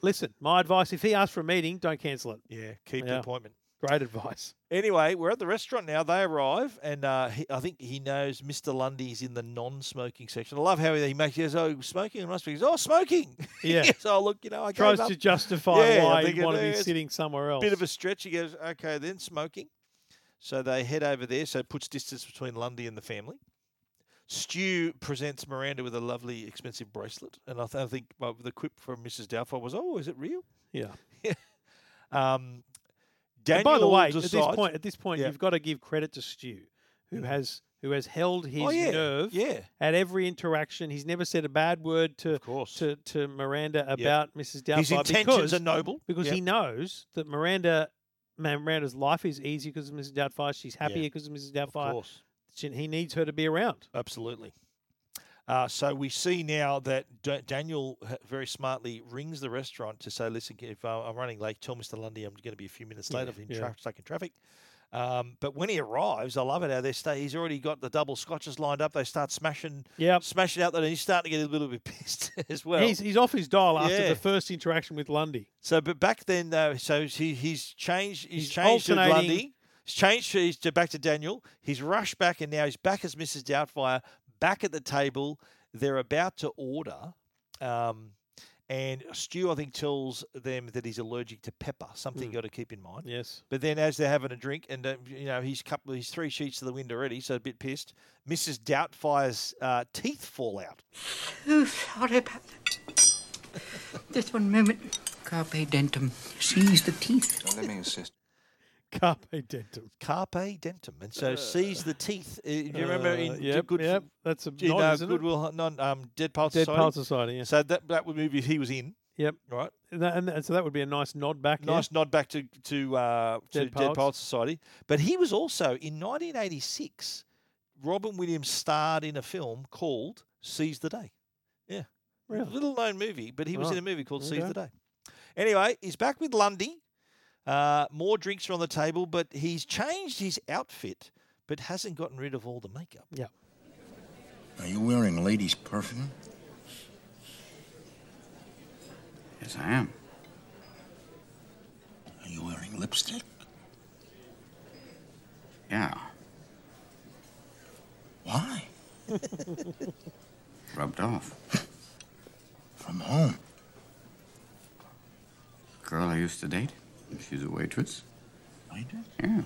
Speaker 8: Listen, my advice: if he asks for a meeting, don't cancel it.
Speaker 7: Yeah, keep the
Speaker 8: Yeah.
Speaker 7: appointment.
Speaker 8: Great advice.
Speaker 7: Anyway, we're at the restaurant now. They arrive, and uh, he, I think he knows Mr. Lundy's in the non-smoking section. I love how he, he makes he goes, "Oh, smoking," and must be, "Oh, smoking."
Speaker 8: Yeah.
Speaker 7: He goes, oh, look, you know, I
Speaker 8: Tries
Speaker 7: gave
Speaker 8: to
Speaker 7: up."
Speaker 8: justify
Speaker 7: Yeah, I
Speaker 8: why
Speaker 7: think
Speaker 8: he'd
Speaker 7: it
Speaker 8: want to be
Speaker 7: is.
Speaker 8: sitting somewhere else.
Speaker 7: Bit of a stretch. He goes, "Okay, then smoking." So they head over there. So it puts distance between Lundy and the family. Stu presents Miranda with a lovely, expensive bracelet, and I, th- I think well, the quip from Mrs. Doubtfire was, "Oh, is it real?"
Speaker 8: yeah.
Speaker 7: Um,
Speaker 8: And by the
Speaker 7: Daniel
Speaker 8: way, at
Speaker 7: decides-
Speaker 8: this point, at this point,
Speaker 7: Yeah. Mm.
Speaker 8: you've got to give credit to Stu, who has who has held his
Speaker 7: Oh, yeah,
Speaker 8: nerve
Speaker 7: yeah.
Speaker 8: at every interaction. He's never said a bad word to to, to Miranda about Mrs. Doubtfire.
Speaker 7: His intentions
Speaker 8: because,
Speaker 7: are noble.
Speaker 8: because
Speaker 7: Yep.
Speaker 8: he knows that Miranda man, Miranda's life is easy because of Mrs. Doubtfire. She's happier because of Mrs. Doubtfire.
Speaker 7: course.
Speaker 8: She- he needs her to be around.
Speaker 7: Absolutely. Uh, so we see now that D- Daniel h- very smartly rings the restaurant to say, "Listen, if uh, I'm running late, tell Mr. Lundy I'm going to be a few minutes late.
Speaker 8: Yeah,
Speaker 7: I've been
Speaker 8: yeah.
Speaker 7: tra- stuck in traffic." Um, but when he arrives, I love it how they stay. He's already got the double scotches lined up. They start smashing,
Speaker 8: Yep.
Speaker 7: smashing out there, and he's starting to get a little bit pissed as well.
Speaker 8: he's he's off his dial after
Speaker 7: Yeah.
Speaker 8: the first interaction with Lundy.
Speaker 7: So, but back then though, so he, he's changed. He's,
Speaker 8: He's
Speaker 7: changed to
Speaker 8: alternating-
Speaker 7: Lundy. He's changed. to- He's to back to Daniel. He's rushed back, and now he's back as Mrs. Doubtfire. Back at the table, they're about to order, um, And Stu, I think, tells them that he's allergic to pepper, something you got to keep in mind.
Speaker 8: Hmm. Yes.
Speaker 7: But then, as they're having a drink, and uh, you know, he's couple, he's three sheets to the wind already, so a bit pissed. Mrs. Doubtfire's uh, teeth fall out.
Speaker 17: Oh, sorry about that. Just one moment. Carpe dentum. Seize the teeth.
Speaker 21: Don't let me insist.
Speaker 8: Carpe dentum.
Speaker 7: Carpe dentum. And so, seize the teeth. Uh, Do you remember in
Speaker 8: Uh,
Speaker 7: the
Speaker 8: yep,
Speaker 7: Good
Speaker 8: yep. That's a
Speaker 7: do you
Speaker 8: nod,
Speaker 7: know,
Speaker 8: isn't it?
Speaker 7: Goodwill, Hun- non, um, Dead Pile
Speaker 8: Dead
Speaker 7: Society.
Speaker 8: Pile Society, yeah.
Speaker 7: So that that would movie he was in.
Speaker 8: Yep.
Speaker 7: Right.
Speaker 8: And, that, and, that- so that would be a nice nod back. yeah?
Speaker 7: Nice nod back to to, uh, to
Speaker 8: Dead
Speaker 7: Dead,
Speaker 8: Poets.
Speaker 7: Poets Society. But he was also in 1986. Robin Williams starred in a film called Seize the Day. Yeah,
Speaker 8: Really?
Speaker 7: little known movie, but he was in
Speaker 8: Right.
Speaker 7: a movie called Seize
Speaker 8: Okay.
Speaker 7: the Day. Anyway, he's back with Lundy. Uh, more drinks are on the table, but he's changed his outfit, but hasn't gotten rid of all the makeup.
Speaker 8: Yeah.
Speaker 5: Are you wearing ladies' perfume?
Speaker 9: Yes, I am.
Speaker 5: Are you wearing lipstick?
Speaker 9: Yeah.
Speaker 5: Why?
Speaker 9: Rubbed off.
Speaker 5: From home.
Speaker 9: Girl I used to date. She's a waitress.
Speaker 5: Waitress?
Speaker 9: Yeah.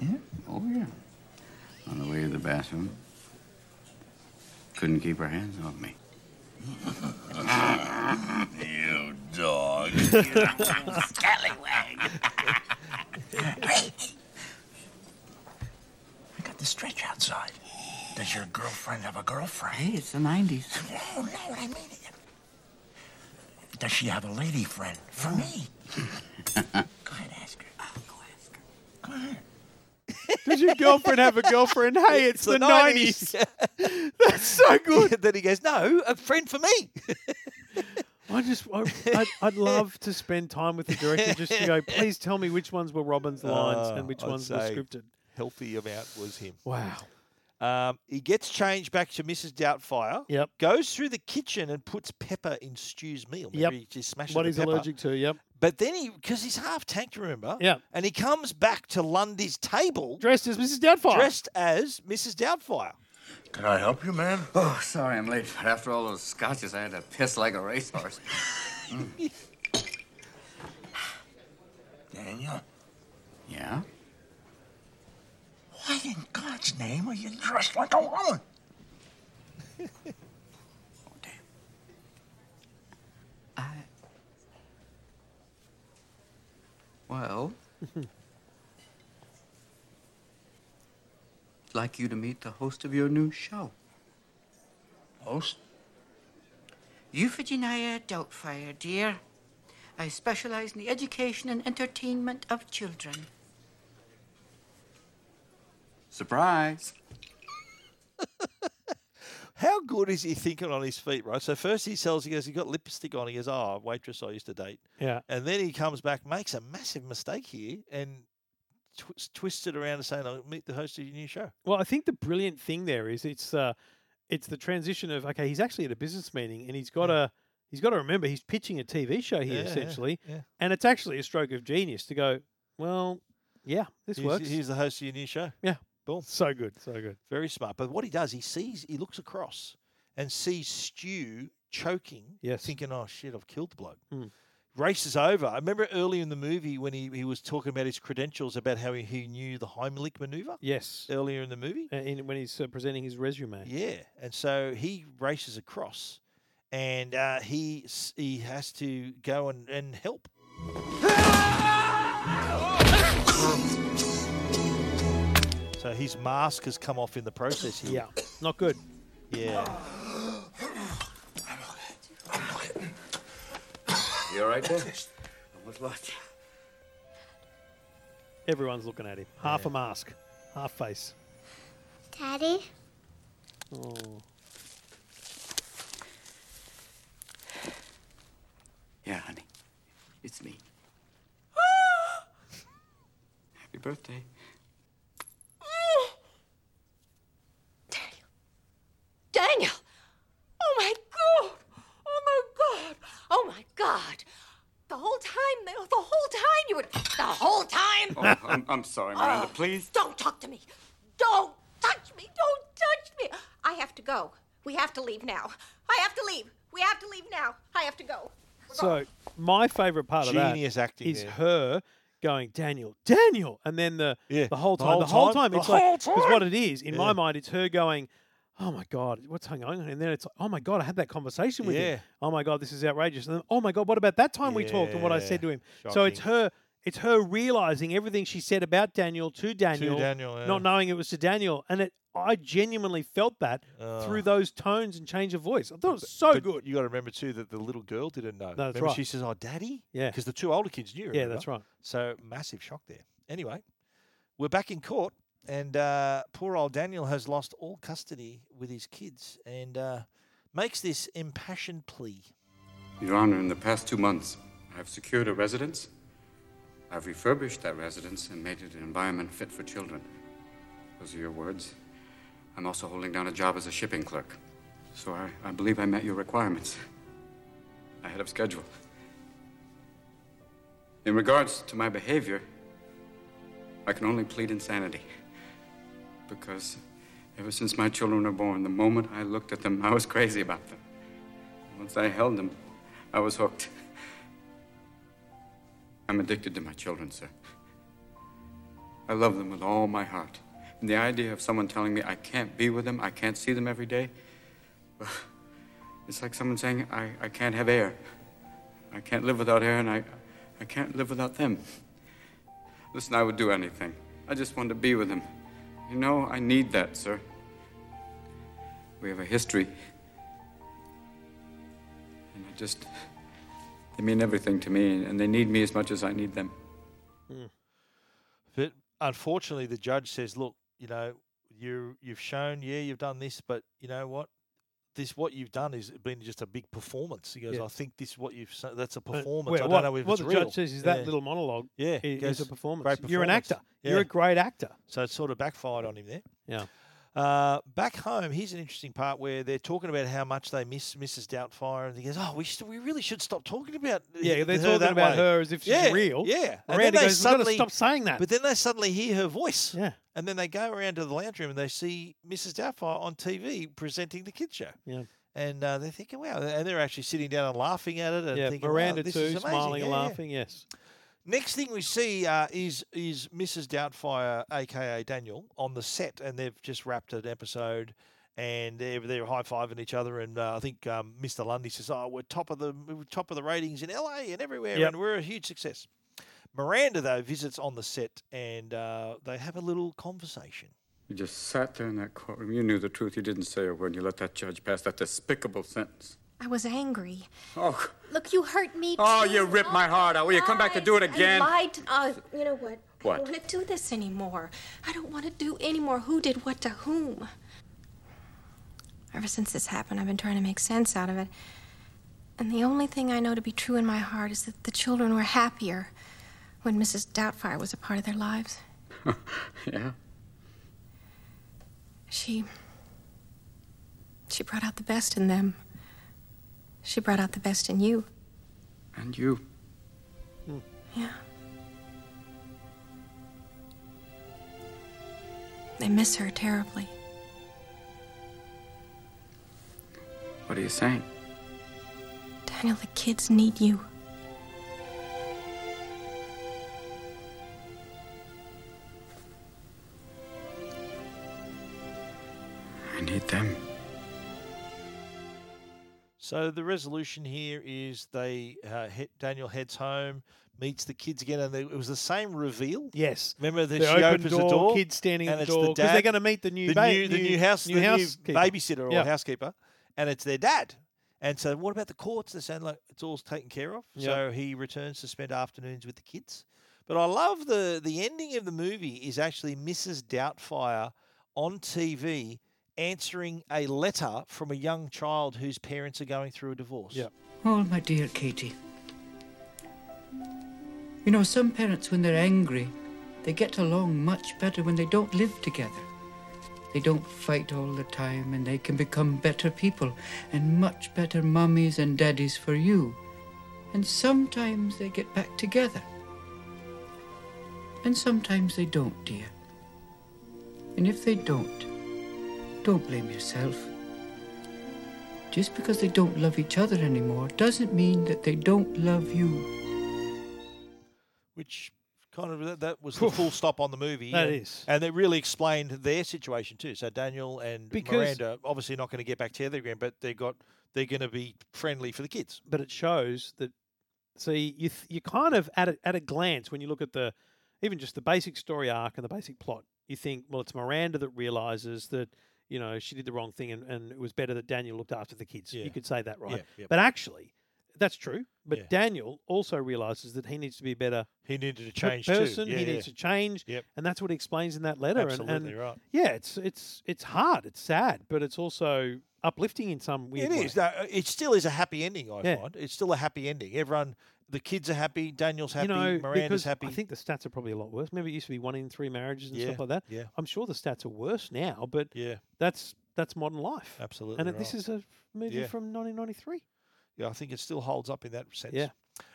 Speaker 9: Oh, yeah. On the way to the bathroom. Couldn't keep her hands off me.
Speaker 5: you dog.
Speaker 9: Scallywag.
Speaker 5: I got the stretch outside. Does your girlfriend have a girlfriend?
Speaker 17: Hey, it's the 90s.
Speaker 5: No, no, I mean it. Does she have a lady friend for me? Go ahead, ask her. Go ask her. Go ahead.
Speaker 8: Does your girlfriend have a girlfriend? Hey, it's, the nineties. That's so good.
Speaker 7: then he goes, "No, a friend for me."
Speaker 8: I just, I, I'd, I'd love to spend time with the director just to go. Please tell me which ones were Robin's lines
Speaker 7: Uh,
Speaker 8: and which
Speaker 7: I'd
Speaker 8: ones were
Speaker 7: say
Speaker 8: scripted.
Speaker 7: Healthy amount was him.
Speaker 8: Wow.
Speaker 7: Um, he gets changed back to Mrs. Doubtfire.
Speaker 8: Yep.
Speaker 7: Goes through the kitchen and puts pepper in Stew's meal.
Speaker 8: Yep.
Speaker 7: Maybe he just smashes
Speaker 8: What
Speaker 7: the
Speaker 8: he's
Speaker 7: pepper.
Speaker 8: allergic to. Yep.
Speaker 7: But then he, because he's half tanked, remember?
Speaker 8: Yeah.
Speaker 7: And he comes back to Lundy's table
Speaker 8: Dressed as Mrs. Doubtfire.
Speaker 7: dressed as Mrs. Doubtfire.
Speaker 5: Can I help you, man?
Speaker 9: Oh, sorry I'm late, but after all those scotches, I had to piss like a racehorse.
Speaker 5: Hmm. Daniel,
Speaker 9: Yeah?
Speaker 5: why in God's name are you dressed like a woman?
Speaker 9: Well, I'd like you to meet the host of your new show.
Speaker 5: Host?
Speaker 17: Euphigenia Doubtfire, dear. I specialize in the education and entertainment of children.
Speaker 9: Surprise!
Speaker 7: How good is he thinking on his feet, right? So first he sells, he goes, he got lipstick on. He goes, oh, waitress I used to date.
Speaker 8: Yeah.
Speaker 7: And then he comes back, makes a massive mistake here, and twi- twists it around to saying, I'll meet the host of your new show.
Speaker 8: Well, I think the brilliant thing there is it's uh, it's the transition of okay, he's actually at a business meeting and he's got to he's got to remember he's pitching a TV show
Speaker 7: Yeah,
Speaker 8: here
Speaker 7: yeah,
Speaker 8: essentially,
Speaker 7: yeah.
Speaker 8: and it's actually a stroke of genius to go. Well, yeah, this
Speaker 7: he's,
Speaker 8: works.
Speaker 7: He's the host of your new show.
Speaker 8: yeah,
Speaker 7: Boom.
Speaker 8: so good, so good.
Speaker 7: Very smart. But what he does, he sees, he looks across and sees Stew choking,
Speaker 8: Yes.
Speaker 7: thinking, oh shit, I've killed the bloke.
Speaker 8: Mm.
Speaker 7: Races over. I remember early in the movie when he, he was talking about his credentials, about how he, he knew the Heimlich maneuver
Speaker 8: Yes,
Speaker 7: earlier in the movie.
Speaker 8: uh, in, when he's uh, presenting his resume.
Speaker 7: Yeah, and so he races across, and uh, he s- he has to go and, and help. So his mask has come off in the process
Speaker 8: Yeah,
Speaker 7: here.
Speaker 8: not good.
Speaker 7: Yeah.
Speaker 9: You all right there? Almost lost you.
Speaker 8: Everyone's looking at him. Half a mask, half face.
Speaker 20: Daddy?
Speaker 8: Oh,
Speaker 9: Yeah, honey. It's me. Happy birthday.
Speaker 10: Daniel! Oh my god! Oh my god! Oh my god! The whole time, the, the whole time you would. The whole time!
Speaker 9: Oh, I'm, I'm sorry, Miranda.
Speaker 10: Oh,
Speaker 9: Please.
Speaker 10: Don't talk to me! Don't touch me! Don't touch me! I have to go. We have to leave now. I have to leave. We have to leave now. I have to go.
Speaker 8: So my favorite part
Speaker 7: Genius
Speaker 8: of that
Speaker 7: acting
Speaker 8: is
Speaker 7: there.
Speaker 8: her going Daniel, Daniel, and then the the whole
Speaker 7: the
Speaker 8: time,
Speaker 7: whole
Speaker 8: the whole
Speaker 7: time,
Speaker 8: time,
Speaker 7: the
Speaker 8: it's like
Speaker 7: whole
Speaker 8: because what it is in my
Speaker 7: Yeah.
Speaker 8: mind, it's her going, oh my god, what's going on? And then it's like, oh my god, I had that conversation with
Speaker 7: Yeah.
Speaker 8: him. Oh my god, this is outrageous. And then, oh my god, what about that time we talked and what I said to him? So it's her. It's her realizing everything she said about Daniel to Daniel,
Speaker 7: Daniel, yeah.
Speaker 8: not knowing it was to Daniel, and it. I genuinely felt that
Speaker 7: Oh.
Speaker 8: through those tones and change of voice. I thought it was so
Speaker 7: But
Speaker 8: good.
Speaker 7: You got to remember too that the little girl didn't know.
Speaker 8: that's
Speaker 7: Remember
Speaker 8: right.
Speaker 7: She says, "Oh, daddy."
Speaker 8: Yeah.
Speaker 7: Because the two older kids knew.
Speaker 8: Yeah,
Speaker 7: remember?
Speaker 8: that's right.
Speaker 7: So massive shock there. Anyway, we're back in court, and uh, poor old Daniel has lost all custody with his kids, and uh, makes this impassioned plea.
Speaker 9: Your Honor, in the past two months, I've secured a residence. I've refurbished that residence and made it an environment fit for children. Those are your words. I'm also holding down a job as a shipping clerk. So I, I believe I met your requirements. Ahead of schedule. In regards to my behavior, I can only plead insanity. Because ever since my children were born, the moment I looked at them, I was crazy about them. Once I held them, I was hooked. I'm addicted to my children, sir. I love them with all my heart. And the idea of someone telling me I can't be with them, I can't see them every day, well, it's like someone saying I, I can't have air. I can't live without air, and I, I can't live without them. Listen, I would do anything. I just want to be with them. You know, I need that, sir. We have a history. And I just. They mean everything to me, and they need me as much as I need them.
Speaker 7: But unfortunately, the judge says, "Look, you know, you you've shown, yeah, you've done this, but you know what? This what you've done is been just a big performance." He goes,
Speaker 8: Yeah.
Speaker 7: "I think this is what you've so that's a
Speaker 8: Uh,
Speaker 7: performance.
Speaker 8: well,
Speaker 7: I don't
Speaker 8: what,
Speaker 7: know if
Speaker 8: what
Speaker 7: it's
Speaker 8: the
Speaker 7: real."
Speaker 8: judge says is that
Speaker 7: Yeah.
Speaker 8: little monologue.
Speaker 7: Yeah,
Speaker 8: i-
Speaker 7: he
Speaker 8: is,
Speaker 7: goes,
Speaker 8: a performance.
Speaker 7: "Great
Speaker 8: You're an
Speaker 7: performance."
Speaker 8: actor. You're
Speaker 7: Yeah.
Speaker 8: a great actor.
Speaker 7: So it sort of backfired on him there.
Speaker 8: Yeah.
Speaker 7: Uh, back home, here's an interesting part where they're talking about how much they miss Mrs. Doubtfire, and he goes, "Oh, we should, we really should stop talking about
Speaker 8: Yeah,
Speaker 7: h-
Speaker 8: they're
Speaker 7: her
Speaker 8: talking
Speaker 7: that
Speaker 8: about
Speaker 7: way."
Speaker 8: her as if she's
Speaker 7: Yeah,
Speaker 8: real.
Speaker 7: Yeah, And
Speaker 8: Miranda
Speaker 7: then they
Speaker 8: goes, "We've gotta
Speaker 7: suddenly
Speaker 8: stop saying that."
Speaker 7: But then they suddenly hear her voice.
Speaker 8: Yeah,
Speaker 7: and then they go around to the lounge room and they see Mrs. Doubtfire on TV presenting the kids show.
Speaker 8: Yeah.
Speaker 7: And uh, they're thinking, wow, and they're actually sitting down and laughing at it. And
Speaker 8: yeah.
Speaker 7: thinking, wow,
Speaker 8: Miranda
Speaker 7: this is
Speaker 8: too,
Speaker 7: amazing.
Speaker 8: smiling and
Speaker 7: Yeah, yeah.
Speaker 8: laughing. Yes.
Speaker 7: Next thing we see uh, is is Mrs. Doubtfire, aka Daniel, on the set, and they've just wrapped an episode, and they're, they're high fiving each other, and uh, I think um, Mr. Lundy says, "Oh, we're top of the we're top of the ratings in LA and everywhere,
Speaker 8: Yep.
Speaker 7: and we're a huge success." Miranda though visits on the set, and uh, they have a little conversation.
Speaker 9: You just sat there in that courtroom. You knew the truth. You didn't say a word. You let that judge pass that despicable sentence.
Speaker 20: I was angry.
Speaker 9: Oh,
Speaker 20: Look, you hurt me.
Speaker 9: oh,
Speaker 20: too.
Speaker 9: you ripped my heart out. Will you come back to do it again?
Speaker 16: I lied. to- uh, you know what? I
Speaker 9: What?
Speaker 16: don't want to do this anymore. I don't want to do anymore. Who did what to whom? Ever since this happened, I've been trying to make sense out of it. And the only thing I know to be true in my heart is that the children were happier when Mrs. Doubtfire was a part of their lives.
Speaker 9: Yeah.
Speaker 16: She. She brought out the best in them. She brought out the best in you.
Speaker 9: And you.
Speaker 16: Yeah. They miss her terribly.
Speaker 9: What are you saying?
Speaker 16: Daniel, the kids need you.
Speaker 9: I need them.
Speaker 7: So the resolution here is they uh, he- Daniel heads home, meets the kids again, and they, it was the same reveal.
Speaker 8: Yes.
Speaker 7: remember that
Speaker 8: The
Speaker 7: she
Speaker 8: open
Speaker 7: opens
Speaker 8: door,
Speaker 7: the door,
Speaker 8: kids standing at
Speaker 7: and
Speaker 8: the
Speaker 7: it's
Speaker 8: door, 'cause they're
Speaker 7: dad-
Speaker 8: gonna meet the new
Speaker 7: the
Speaker 8: ba-
Speaker 7: new, the
Speaker 8: new-
Speaker 7: new house,
Speaker 8: new
Speaker 7: the new
Speaker 8: housekeeper.
Speaker 7: babysitter or
Speaker 8: Yeah.
Speaker 7: housekeeper, and it's their dad. And so, what about the courts? They're saying like it's all taken care of.
Speaker 8: Yeah.
Speaker 7: So he returns to spend afternoons with the kids. But I love the the ending of the movie is actually Mrs. Doubtfire on TV answering a letter from a young child whose parents are going through a divorce. Yeah.
Speaker 17: Oh, my dear Katie. You know, some parents, when they're angry, they get along much better when they don't live together. They don't fight all the time, and they can become better people and much better mummies and daddies for you. And sometimes they get back together. And sometimes they don't, dear. And if they don't, don't blame yourself.
Speaker 22: Just because they don't love each other anymore doesn't mean that they don't love you.
Speaker 7: which kind of that, that was the full stop on the movie.
Speaker 8: That
Speaker 7: and,
Speaker 8: is.
Speaker 7: and it really explained their situation too. So Daniel and
Speaker 8: Because-
Speaker 7: Miranda obviously not going to get back together again, but they got they're going to be friendly for the kids.
Speaker 8: but it shows that. See, you th- you kind of at a, at a glance when you look at the even just the basic story arc and the basic plot, you think, well, it's Miranda that realizes that you know she did the wrong thing, and, and it was better that Daniel looked after the kids.
Speaker 7: Yeah.
Speaker 8: You could say that, right?
Speaker 7: Yeah, yeah.
Speaker 8: But actually, that's true. But
Speaker 7: Yeah.
Speaker 8: Daniel also realizes that he needs to be a better.
Speaker 7: He needed to
Speaker 8: per-
Speaker 7: change too.
Speaker 8: person.
Speaker 7: Yeah,
Speaker 8: he
Speaker 7: yeah.
Speaker 8: needs to change,
Speaker 7: Yep.
Speaker 8: and that's what he explains in that letter. and- and,
Speaker 7: Absolutely right.
Speaker 8: Yeah, it's it's it's hard. It's sad, but it's also uplifting in some weird
Speaker 7: It
Speaker 8: way.
Speaker 7: is. uh, No, it still is a happy ending. I
Speaker 8: Yeah.
Speaker 7: find it's still a happy ending. Everyone, the kids are happy. Daniel's happy.
Speaker 8: because
Speaker 7: Miranda's happy.
Speaker 8: I think the stats are probably a lot worse. Remember, it used to be one in three marriages and
Speaker 7: Yeah,
Speaker 8: stuff like that.
Speaker 7: yeah.
Speaker 8: I'm sure the stats are worse now, but
Speaker 7: yeah,
Speaker 8: that's that's modern life.
Speaker 7: Absolutely
Speaker 8: And it-
Speaker 7: right.
Speaker 8: this is a movie
Speaker 7: Yeah.
Speaker 8: from 1993.
Speaker 7: Yeah, I think it still holds up in that sense.
Speaker 8: Yeah.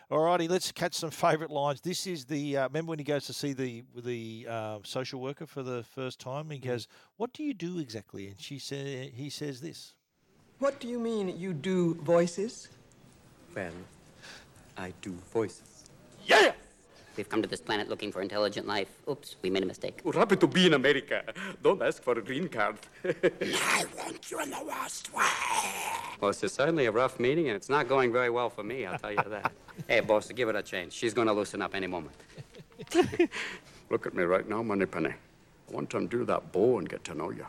Speaker 7: All righty, let's catch some favourite lines. This is the uh, remember when he goes to see the the uh, social worker for the first time.
Speaker 8: Mm-hmm.
Speaker 7: He goes, "What do you do exactly?" And she said, "He says this."
Speaker 23: What do you mean you do voices?
Speaker 9: Well, I do voices. Yeah! We've come to this planet looking for intelligent life. Oops, we made a mistake.
Speaker 17: Happy to be in America. Don't ask for a green card.
Speaker 9: I want you in the worst way.
Speaker 17: Well, this is certainly a rough meeting, and it's not going very well for me, I'll tell you that. hey, boss, give it a chance. She's going to loosen up any moment.
Speaker 9: Look at me right now, Moneypenny. I want to undo that bow and get to know you.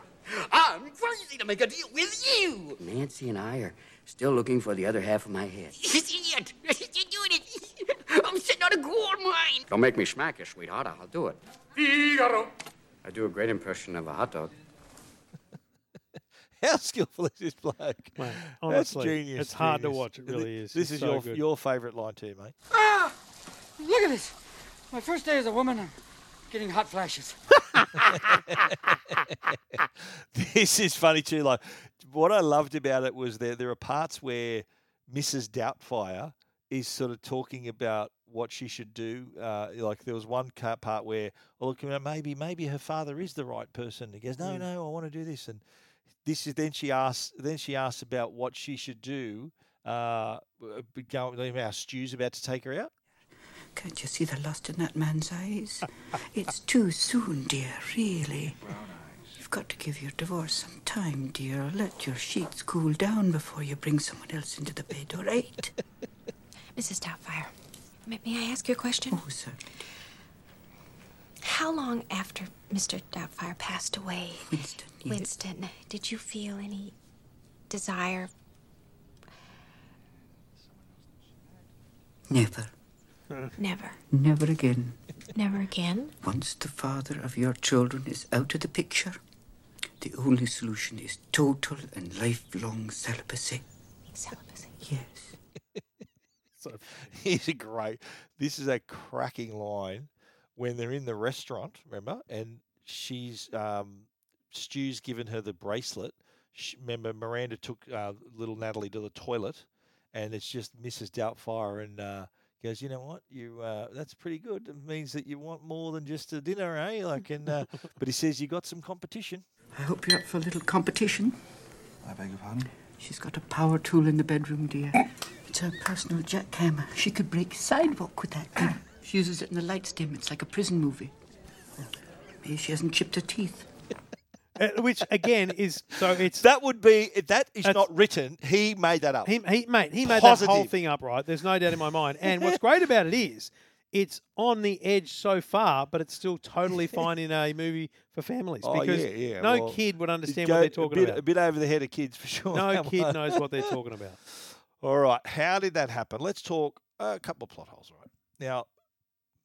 Speaker 17: I'm crazy to make a deal with you!
Speaker 9: Nancy and I are still looking for the other half of my head.
Speaker 17: This idiot! You're doing it! I'm sitting on a gold mine!
Speaker 9: Don't make me smack you, sweetheart. I'll do it.
Speaker 17: Figaro!
Speaker 9: I do a great impression of a hot dog.
Speaker 7: How skillful is this bloke?
Speaker 8: honestly,
Speaker 7: That's genius.
Speaker 8: it's hard to
Speaker 7: genius.
Speaker 8: watch, it
Speaker 7: Th-
Speaker 8: really is.
Speaker 7: This
Speaker 8: It's
Speaker 7: is
Speaker 8: so
Speaker 7: your
Speaker 8: good.
Speaker 7: your favourite line too, mate.
Speaker 15: Ah! Look at this. My first day as a woman, I'm getting hot flashes.
Speaker 7: this is funny too. Like what I loved about it was there there are parts where Mrs. Doubtfire is sort of talking about what she should do. Uh, like there was one ca- part where, oh, look, you know, maybe maybe her father is the right person. He goes, no,
Speaker 21: Mm.
Speaker 7: no, I want to do this, and this is then she asks then she asks about what she should do. Uh, w- b- go- you know, our stew's about to take her out.
Speaker 17: Can't you see the lust in that man's eyes? it's too soon, dear, really. You've got to give your divorce some time, dear. Let your sheets cool down before you bring someone else into the bed, all right?
Speaker 16: Mrs. Doubtfire, may, may I ask you a question?
Speaker 17: Oh, certainly.
Speaker 16: How long after Mr. Doubtfire passed away,
Speaker 17: Winston, yes.
Speaker 16: Winston, did you feel any desire?
Speaker 17: Never.
Speaker 16: Never.
Speaker 17: Never again.
Speaker 16: Never again?
Speaker 17: Once the father of your children is out of the picture, the only solution is total and lifelong celibacy.
Speaker 16: Celibacy.
Speaker 17: Yes.
Speaker 7: So he's a great. This is a cracking line when they're in the restaurant. Remember, and she's um, Stu's given her the bracelet. Sh remember, Miranda took uh, little Natalie to the toilet, and it's just Mrs. Doubtfire and uh, goes, you know what, you uh, that's pretty good. It means that you want more than just a dinner, eh? Like, and uh, but he says you got some competition.
Speaker 17: I hope you're up for a little competition.
Speaker 24: I beg your pardon?
Speaker 17: She's got a power tool in the bedroom, dear. It's her personal jackhammer. She could break sidewalk with that thing. she uses it in the light stem. It's like a prison movie. Maybe she hasn't chipped her teeth.
Speaker 8: Uh, which again is so it's
Speaker 7: that would be that is not written. He made that up.
Speaker 8: He, he mate, he made that whole
Speaker 7: Positive.
Speaker 8: thing up, right? There's no doubt in my mind. And what's great about it is it's on the edge so far, but it's still totally fine in a movie for families
Speaker 7: Oh,
Speaker 8: because
Speaker 7: yeah, yeah,
Speaker 8: no
Speaker 7: well,
Speaker 8: kid would
Speaker 7: it
Speaker 8: understand
Speaker 7: go-
Speaker 8: what they're
Speaker 7: a
Speaker 8: talking
Speaker 7: bit-
Speaker 8: about.
Speaker 7: A bit over the head of kids for sure.
Speaker 8: No
Speaker 7: that
Speaker 8: kid
Speaker 7: one.
Speaker 8: knows what they're talking about.
Speaker 7: All right, how did that happen? Let's talk a couple of plot holes. Right now,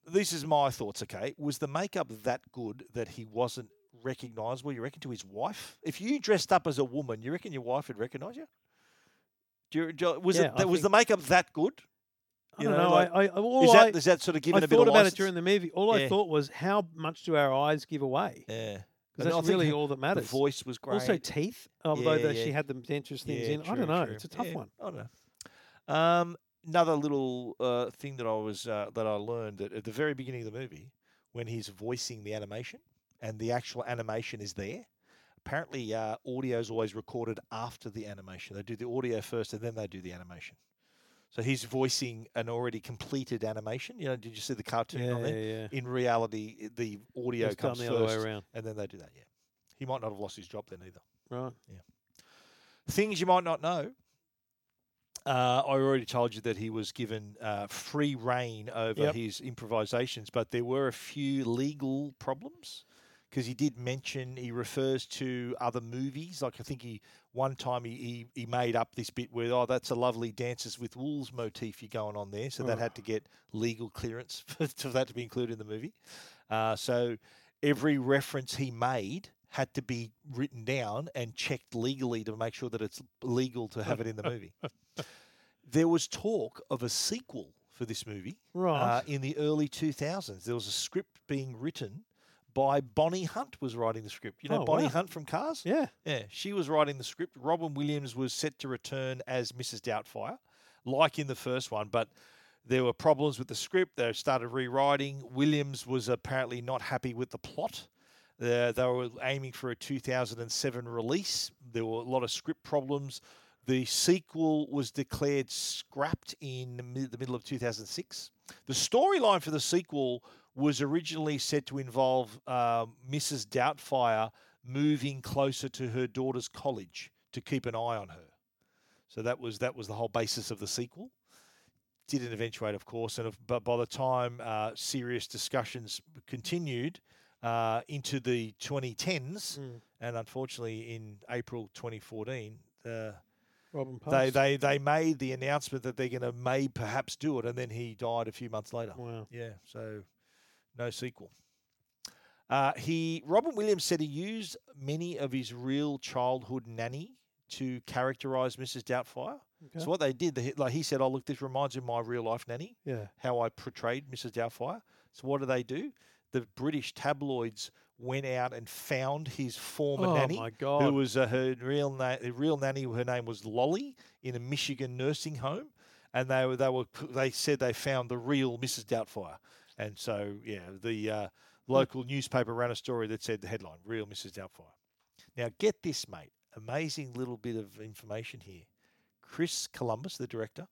Speaker 7: this is my thoughts. Okay, was the makeup that good that he wasn't recognisable? You reckon to his wife? If you dressed up as a woman, you reckon your wife would recognise you? Do you, do you- was
Speaker 8: Yeah,
Speaker 7: it
Speaker 8: I
Speaker 7: that was the makeup that good?
Speaker 8: I don't know.
Speaker 7: like,
Speaker 8: I, I, all
Speaker 7: is that
Speaker 8: I,
Speaker 7: is that sort of
Speaker 8: I
Speaker 7: given
Speaker 8: thought
Speaker 7: a bit of
Speaker 8: about
Speaker 7: license?
Speaker 8: it during the movie. All
Speaker 7: Yeah.
Speaker 8: I thought was, how much do our eyes give away?
Speaker 7: Yeah,
Speaker 8: because
Speaker 7: And I
Speaker 8: that's
Speaker 7: think
Speaker 8: really
Speaker 7: her-
Speaker 8: all that
Speaker 7: the
Speaker 8: matters.
Speaker 7: voice was
Speaker 8: Also,
Speaker 7: great.
Speaker 8: teeth, although
Speaker 7: Yeah,
Speaker 8: that she
Speaker 7: yeah.
Speaker 8: had the dentures things
Speaker 7: Yeah,
Speaker 8: in. I
Speaker 7: true,
Speaker 8: don't know.
Speaker 7: true.
Speaker 8: It's a tough
Speaker 7: Yeah,
Speaker 8: one.
Speaker 7: I don't know. Um, another little uh, thing that I was uh, that I learned that at the very beginning of the movie, when he's voicing the animation and the actual animation is there, apparently uh, audio is always recorded after the animation. They do the audio first and then they do the animation. So he's voicing an already completed animation. You know, did you see the cartoon
Speaker 8: Yeah,
Speaker 7: on there?
Speaker 8: yeah, yeah.
Speaker 7: In reality, i- the audio
Speaker 8: It's done
Speaker 7: comes
Speaker 8: the
Speaker 7: first,
Speaker 8: other way around.
Speaker 7: and then they do that. Yeah, he might not have lost his job then either.
Speaker 8: Right.
Speaker 7: Yeah. Things you might not know. Uh, I already told you that he was given uh, free reign over
Speaker 8: Yep.
Speaker 7: his improvisations, but there were a few legal problems because he did mention he refers to other movies. Like I think he one time he, he, he made up this bit where oh that's a lovely Dances with Wolves motif you're going on there, so that
Speaker 8: Oh.
Speaker 7: had to get legal clearance for, for that to be included in the movie. Uh, so every reference he made had to be written down and checked legally to make sure that it's legal to have it in the movie. there was talk of a sequel for this movie
Speaker 8: Right.
Speaker 7: uh, in the early 2000s. There was a script being written by Bonnie Hunt was writing the script. You know
Speaker 8: Oh,
Speaker 7: Bonnie
Speaker 8: wow.
Speaker 7: Hunt from Cars?
Speaker 8: Yeah.
Speaker 7: Yeah, she was writing the script. Robin Williams was set to return as Mrs. Doubtfire, like in the first one, but there were problems with the script. They started rewriting. Williams was apparently not happy with the plot. Uh, they were aiming for a 2007 release. There were a lot of script problems. The sequel was declared scrapped in the mid- the middle of 2006. The storyline for the sequel was originally said to involve um, Mrs. Doubtfire moving closer to her daughter's college to keep an eye on her. So that was that was the whole basis of the sequel. Didn't eventuate, of course, and if, but by the time uh, serious discussions continued uh, into the 2010s,
Speaker 8: Mm.
Speaker 7: and unfortunately in April 2014, uh,
Speaker 8: Robin
Speaker 7: they
Speaker 8: passed.
Speaker 7: they they made the announcement that they're going to may perhaps do it, and then he died a few months later.
Speaker 8: Wow.
Speaker 7: Yeah, so no sequel. Uh, he Robin Williams said he used many of his real childhood nanny to characterize Mrs. Doubtfire.
Speaker 8: Okay.
Speaker 7: So what they did, they, like he said, oh look, this reminds me of my real life nanny.
Speaker 8: Yeah.
Speaker 7: How I portrayed Mrs. Doubtfire. So what do they do? The British tabloids went out and found his former
Speaker 8: Oh,
Speaker 7: nanny,
Speaker 8: my
Speaker 7: who
Speaker 8: God.
Speaker 7: was uh, her real na- her real nanny. Her name was Lolly in a Michigan nursing home, and they were they were they said they found the real Mrs. Doubtfire, and so yeah, the uh,
Speaker 8: Hmm.
Speaker 7: local newspaper ran a story that said the headline "Real Mrs. Doubtfire." Now get this, mate, amazing little bit of information here. Chris Columbus, the director,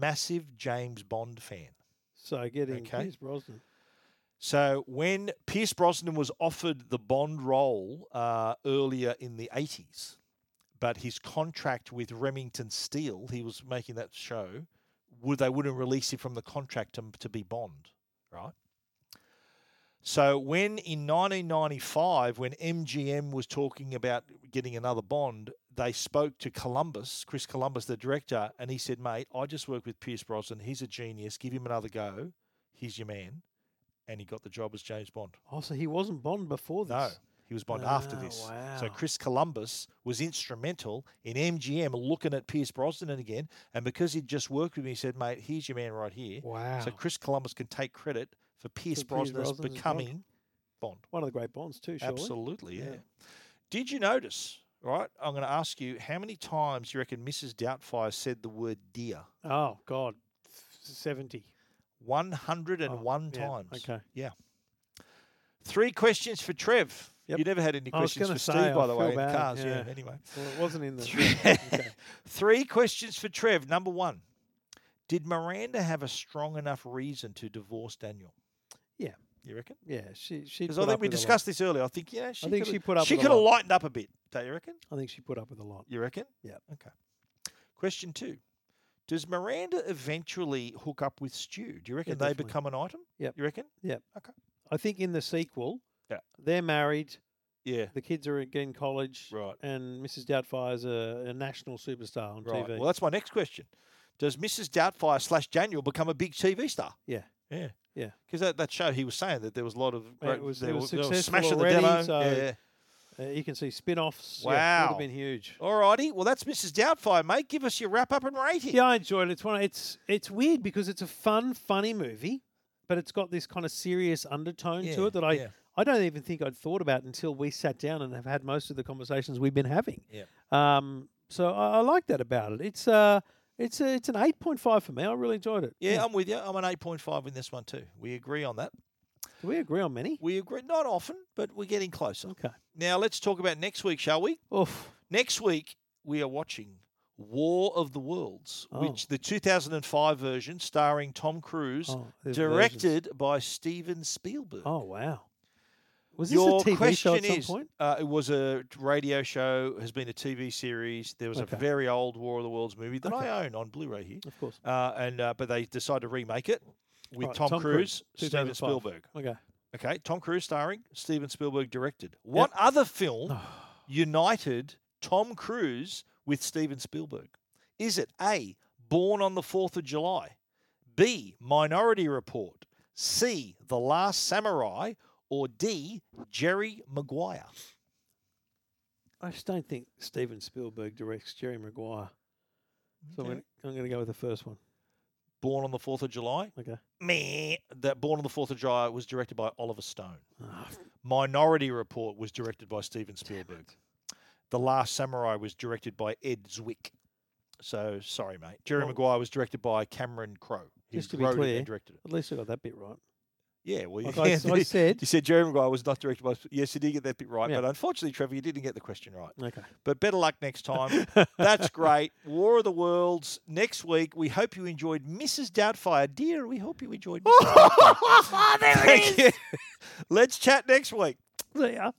Speaker 7: massive James Bond fan.
Speaker 8: So getting
Speaker 7: Okay.
Speaker 8: Pierce Brosnan.
Speaker 7: So when Pierce Brosnan was offered the Bond role uh, earlier in the 80s, but his contract with Remington Steel, he was making that show, would they wouldn't release him from the contract to, to be Bond, right? So when in 1995, when MGM was talking about getting another Bond, they spoke to Columbus, Chris Columbus, the director, and he said, "Mate, I just worked with Pierce Brosnan. He's a genius. Give him another go. He's your man." And he got the job as James Bond.
Speaker 8: Oh, so he wasn't Bond before this.
Speaker 7: No, he was Bond after
Speaker 8: Ah,
Speaker 7: this. So
Speaker 8: wow.
Speaker 7: Chris Columbus was instrumental in MGM looking at Pierce Brosnan again, and because he'd just worked with him, he said, "Mate, here's your man right here."
Speaker 8: Wow.
Speaker 7: So Chris Columbus can take credit for Pierce
Speaker 8: Pierce
Speaker 7: Brosnan's
Speaker 8: Brosnan as Bond.
Speaker 7: becoming Bond.
Speaker 8: One of the great Bonds too. Surely.
Speaker 7: Absolutely, yeah. Did you notice? Right, I'm going to ask you how many times you reckon Mrs. Doubtfire said the word "dear"?
Speaker 8: Oh God, seventy. Oh,
Speaker 7: One hundred and one
Speaker 8: yeah,
Speaker 7: times.
Speaker 8: okay.
Speaker 7: Yeah. Three questions for Trev.
Speaker 8: Yep.
Speaker 7: You never had any
Speaker 8: I was
Speaker 7: questions
Speaker 8: gonna
Speaker 7: for
Speaker 8: say,
Speaker 7: Steve,
Speaker 8: I
Speaker 7: by the way,
Speaker 8: feel
Speaker 7: in the
Speaker 8: bad,
Speaker 7: cars. Yeah.
Speaker 8: yeah.
Speaker 7: Anyway,
Speaker 8: Well, it wasn't in the-
Speaker 7: Three-
Speaker 8: yeah, okay.
Speaker 7: Three questions for Trev. Number one: Did Miranda have a strong enough reason to divorce Daniel?
Speaker 8: Yeah.
Speaker 7: You reckon?
Speaker 8: Yeah, she she.
Speaker 7: Because
Speaker 8: put
Speaker 7: I think
Speaker 8: up
Speaker 7: we
Speaker 8: with a lot.
Speaker 7: discussed this earlier. I think yeah, she
Speaker 8: think
Speaker 7: coulda-
Speaker 8: she put up
Speaker 7: She
Speaker 8: with a
Speaker 7: could have
Speaker 8: lot.
Speaker 7: lightened up a bit. Don't you reckon?
Speaker 8: I think she put up with a lot.
Speaker 7: You reckon?
Speaker 8: Yeah.
Speaker 7: Okay. Question two. Does Miranda eventually hook up with Stu? Do you reckon they
Speaker 8: definitely.
Speaker 7: become an item?
Speaker 8: Yep.
Speaker 7: You reckon?
Speaker 8: Yep.
Speaker 7: Okay.
Speaker 8: I think in the sequel,
Speaker 7: Yeah.
Speaker 8: they're married.
Speaker 7: Yeah.
Speaker 8: The kids are getting college.
Speaker 7: Right.
Speaker 8: And Mrs. Doubtfire's a, a national superstar on
Speaker 7: Right.
Speaker 8: TV.
Speaker 7: Well, that's my next question. Does Mrs. Doubtfire slash Daniel become a big TV star?
Speaker 8: yeah.
Speaker 7: Yeah.
Speaker 8: Yeah.
Speaker 7: Because that, that show he was saying that there was a lot of
Speaker 8: It
Speaker 7: great-
Speaker 8: was,
Speaker 7: there
Speaker 8: it
Speaker 7: were-
Speaker 8: was
Speaker 7: there
Speaker 8: successful
Speaker 7: Smash of the
Speaker 8: already,
Speaker 7: Demo.
Speaker 8: so
Speaker 7: yeah, yeah.
Speaker 8: uh, you can see spin-offs.
Speaker 7: Wow.
Speaker 8: Yeah, it would have been huge.
Speaker 7: All righty. Well, that's Mrs. Doubtfire, mate. Give us your wrap up and rating.
Speaker 8: Yeah, I enjoyed it. It's one. It's it's weird because it's a fun, funny movie, but it's got this kind of serious undertone
Speaker 7: Yeah,
Speaker 8: to it that I
Speaker 7: yeah.
Speaker 8: I don't even think I'd thought about until we sat down and have had most of the conversations we've been having.
Speaker 7: Yeah.
Speaker 8: Um. So I, I like that about it. It's uh. It's a, it's an eight point five for me. I really enjoyed it.
Speaker 7: Yeah, I'm with you. I'm an 8.5 in this one too. We agree on that.
Speaker 8: Do we agree on many?
Speaker 7: We agree. Not often, but we're getting closer. Okay. Now let's talk about next week, shall we?
Speaker 8: Oof.
Speaker 7: Next week we are watching War of the Worlds,
Speaker 8: Oh.
Speaker 7: which the 2005 version starring Tom Cruise,
Speaker 8: Oh, there's
Speaker 7: directed by Steven Spielberg.
Speaker 8: Oh wow. Was this a
Speaker 7: Your
Speaker 8: TV
Speaker 7: question
Speaker 8: show at some
Speaker 7: is,
Speaker 8: point?
Speaker 7: Uh, it was a radio show, has been a TV series. There was
Speaker 8: Okay.
Speaker 7: a very old War of the Worlds movie that
Speaker 8: Okay.
Speaker 7: I own on Blu-ray here,
Speaker 8: of course.
Speaker 7: Uh, and uh, but they decided to remake it with
Speaker 8: All right,
Speaker 7: Tom, Cruise, Steven
Speaker 8: 2005.
Speaker 7: Spielberg.
Speaker 8: Okay.
Speaker 7: Okay, Tom Cruise starring, Steven Spielberg directed. What other film united Tom Cruise with Steven Spielberg? Is it A, Born on the 4th of July, B, Minority Report, C, The Last Samurai, or D, Jerry Maguire?
Speaker 8: I just don't think Steven Spielberg directs Jerry Maguire. So I'm
Speaker 7: Okay.
Speaker 8: gonna, I'm going to go with the first one.
Speaker 7: Born on the 4th of July?
Speaker 8: Okay.
Speaker 7: Meh. That Born on the 4th of July was directed by Oliver Stone.
Speaker 8: Ah.
Speaker 7: Minority Report was directed by Steven Spielberg. The Last Samurai was directed by Ed Zwick. So sorry, mate. Jerry
Speaker 8: Well-
Speaker 7: Maguire was directed by Cameron Crowe. who
Speaker 8: Just to be
Speaker 7: wrote it and
Speaker 8: clear,
Speaker 7: directed it.
Speaker 8: at least I got that bit right.
Speaker 7: Yeah, well, you,
Speaker 8: Like I s- I said-
Speaker 7: you said Jerry Maguire was not directed by. Yes, you did get that bit right,
Speaker 8: Yeah.
Speaker 7: but unfortunately, Trevor, you didn't get the question right.
Speaker 8: Okay.
Speaker 7: But better luck next time. That's great. War of the Worlds next week. We hope you enjoyed Mrs. Doubtfire, dear. We hope you enjoyed. Mrs. Doubtfire. there it is. Let's chat next week.
Speaker 8: See ya.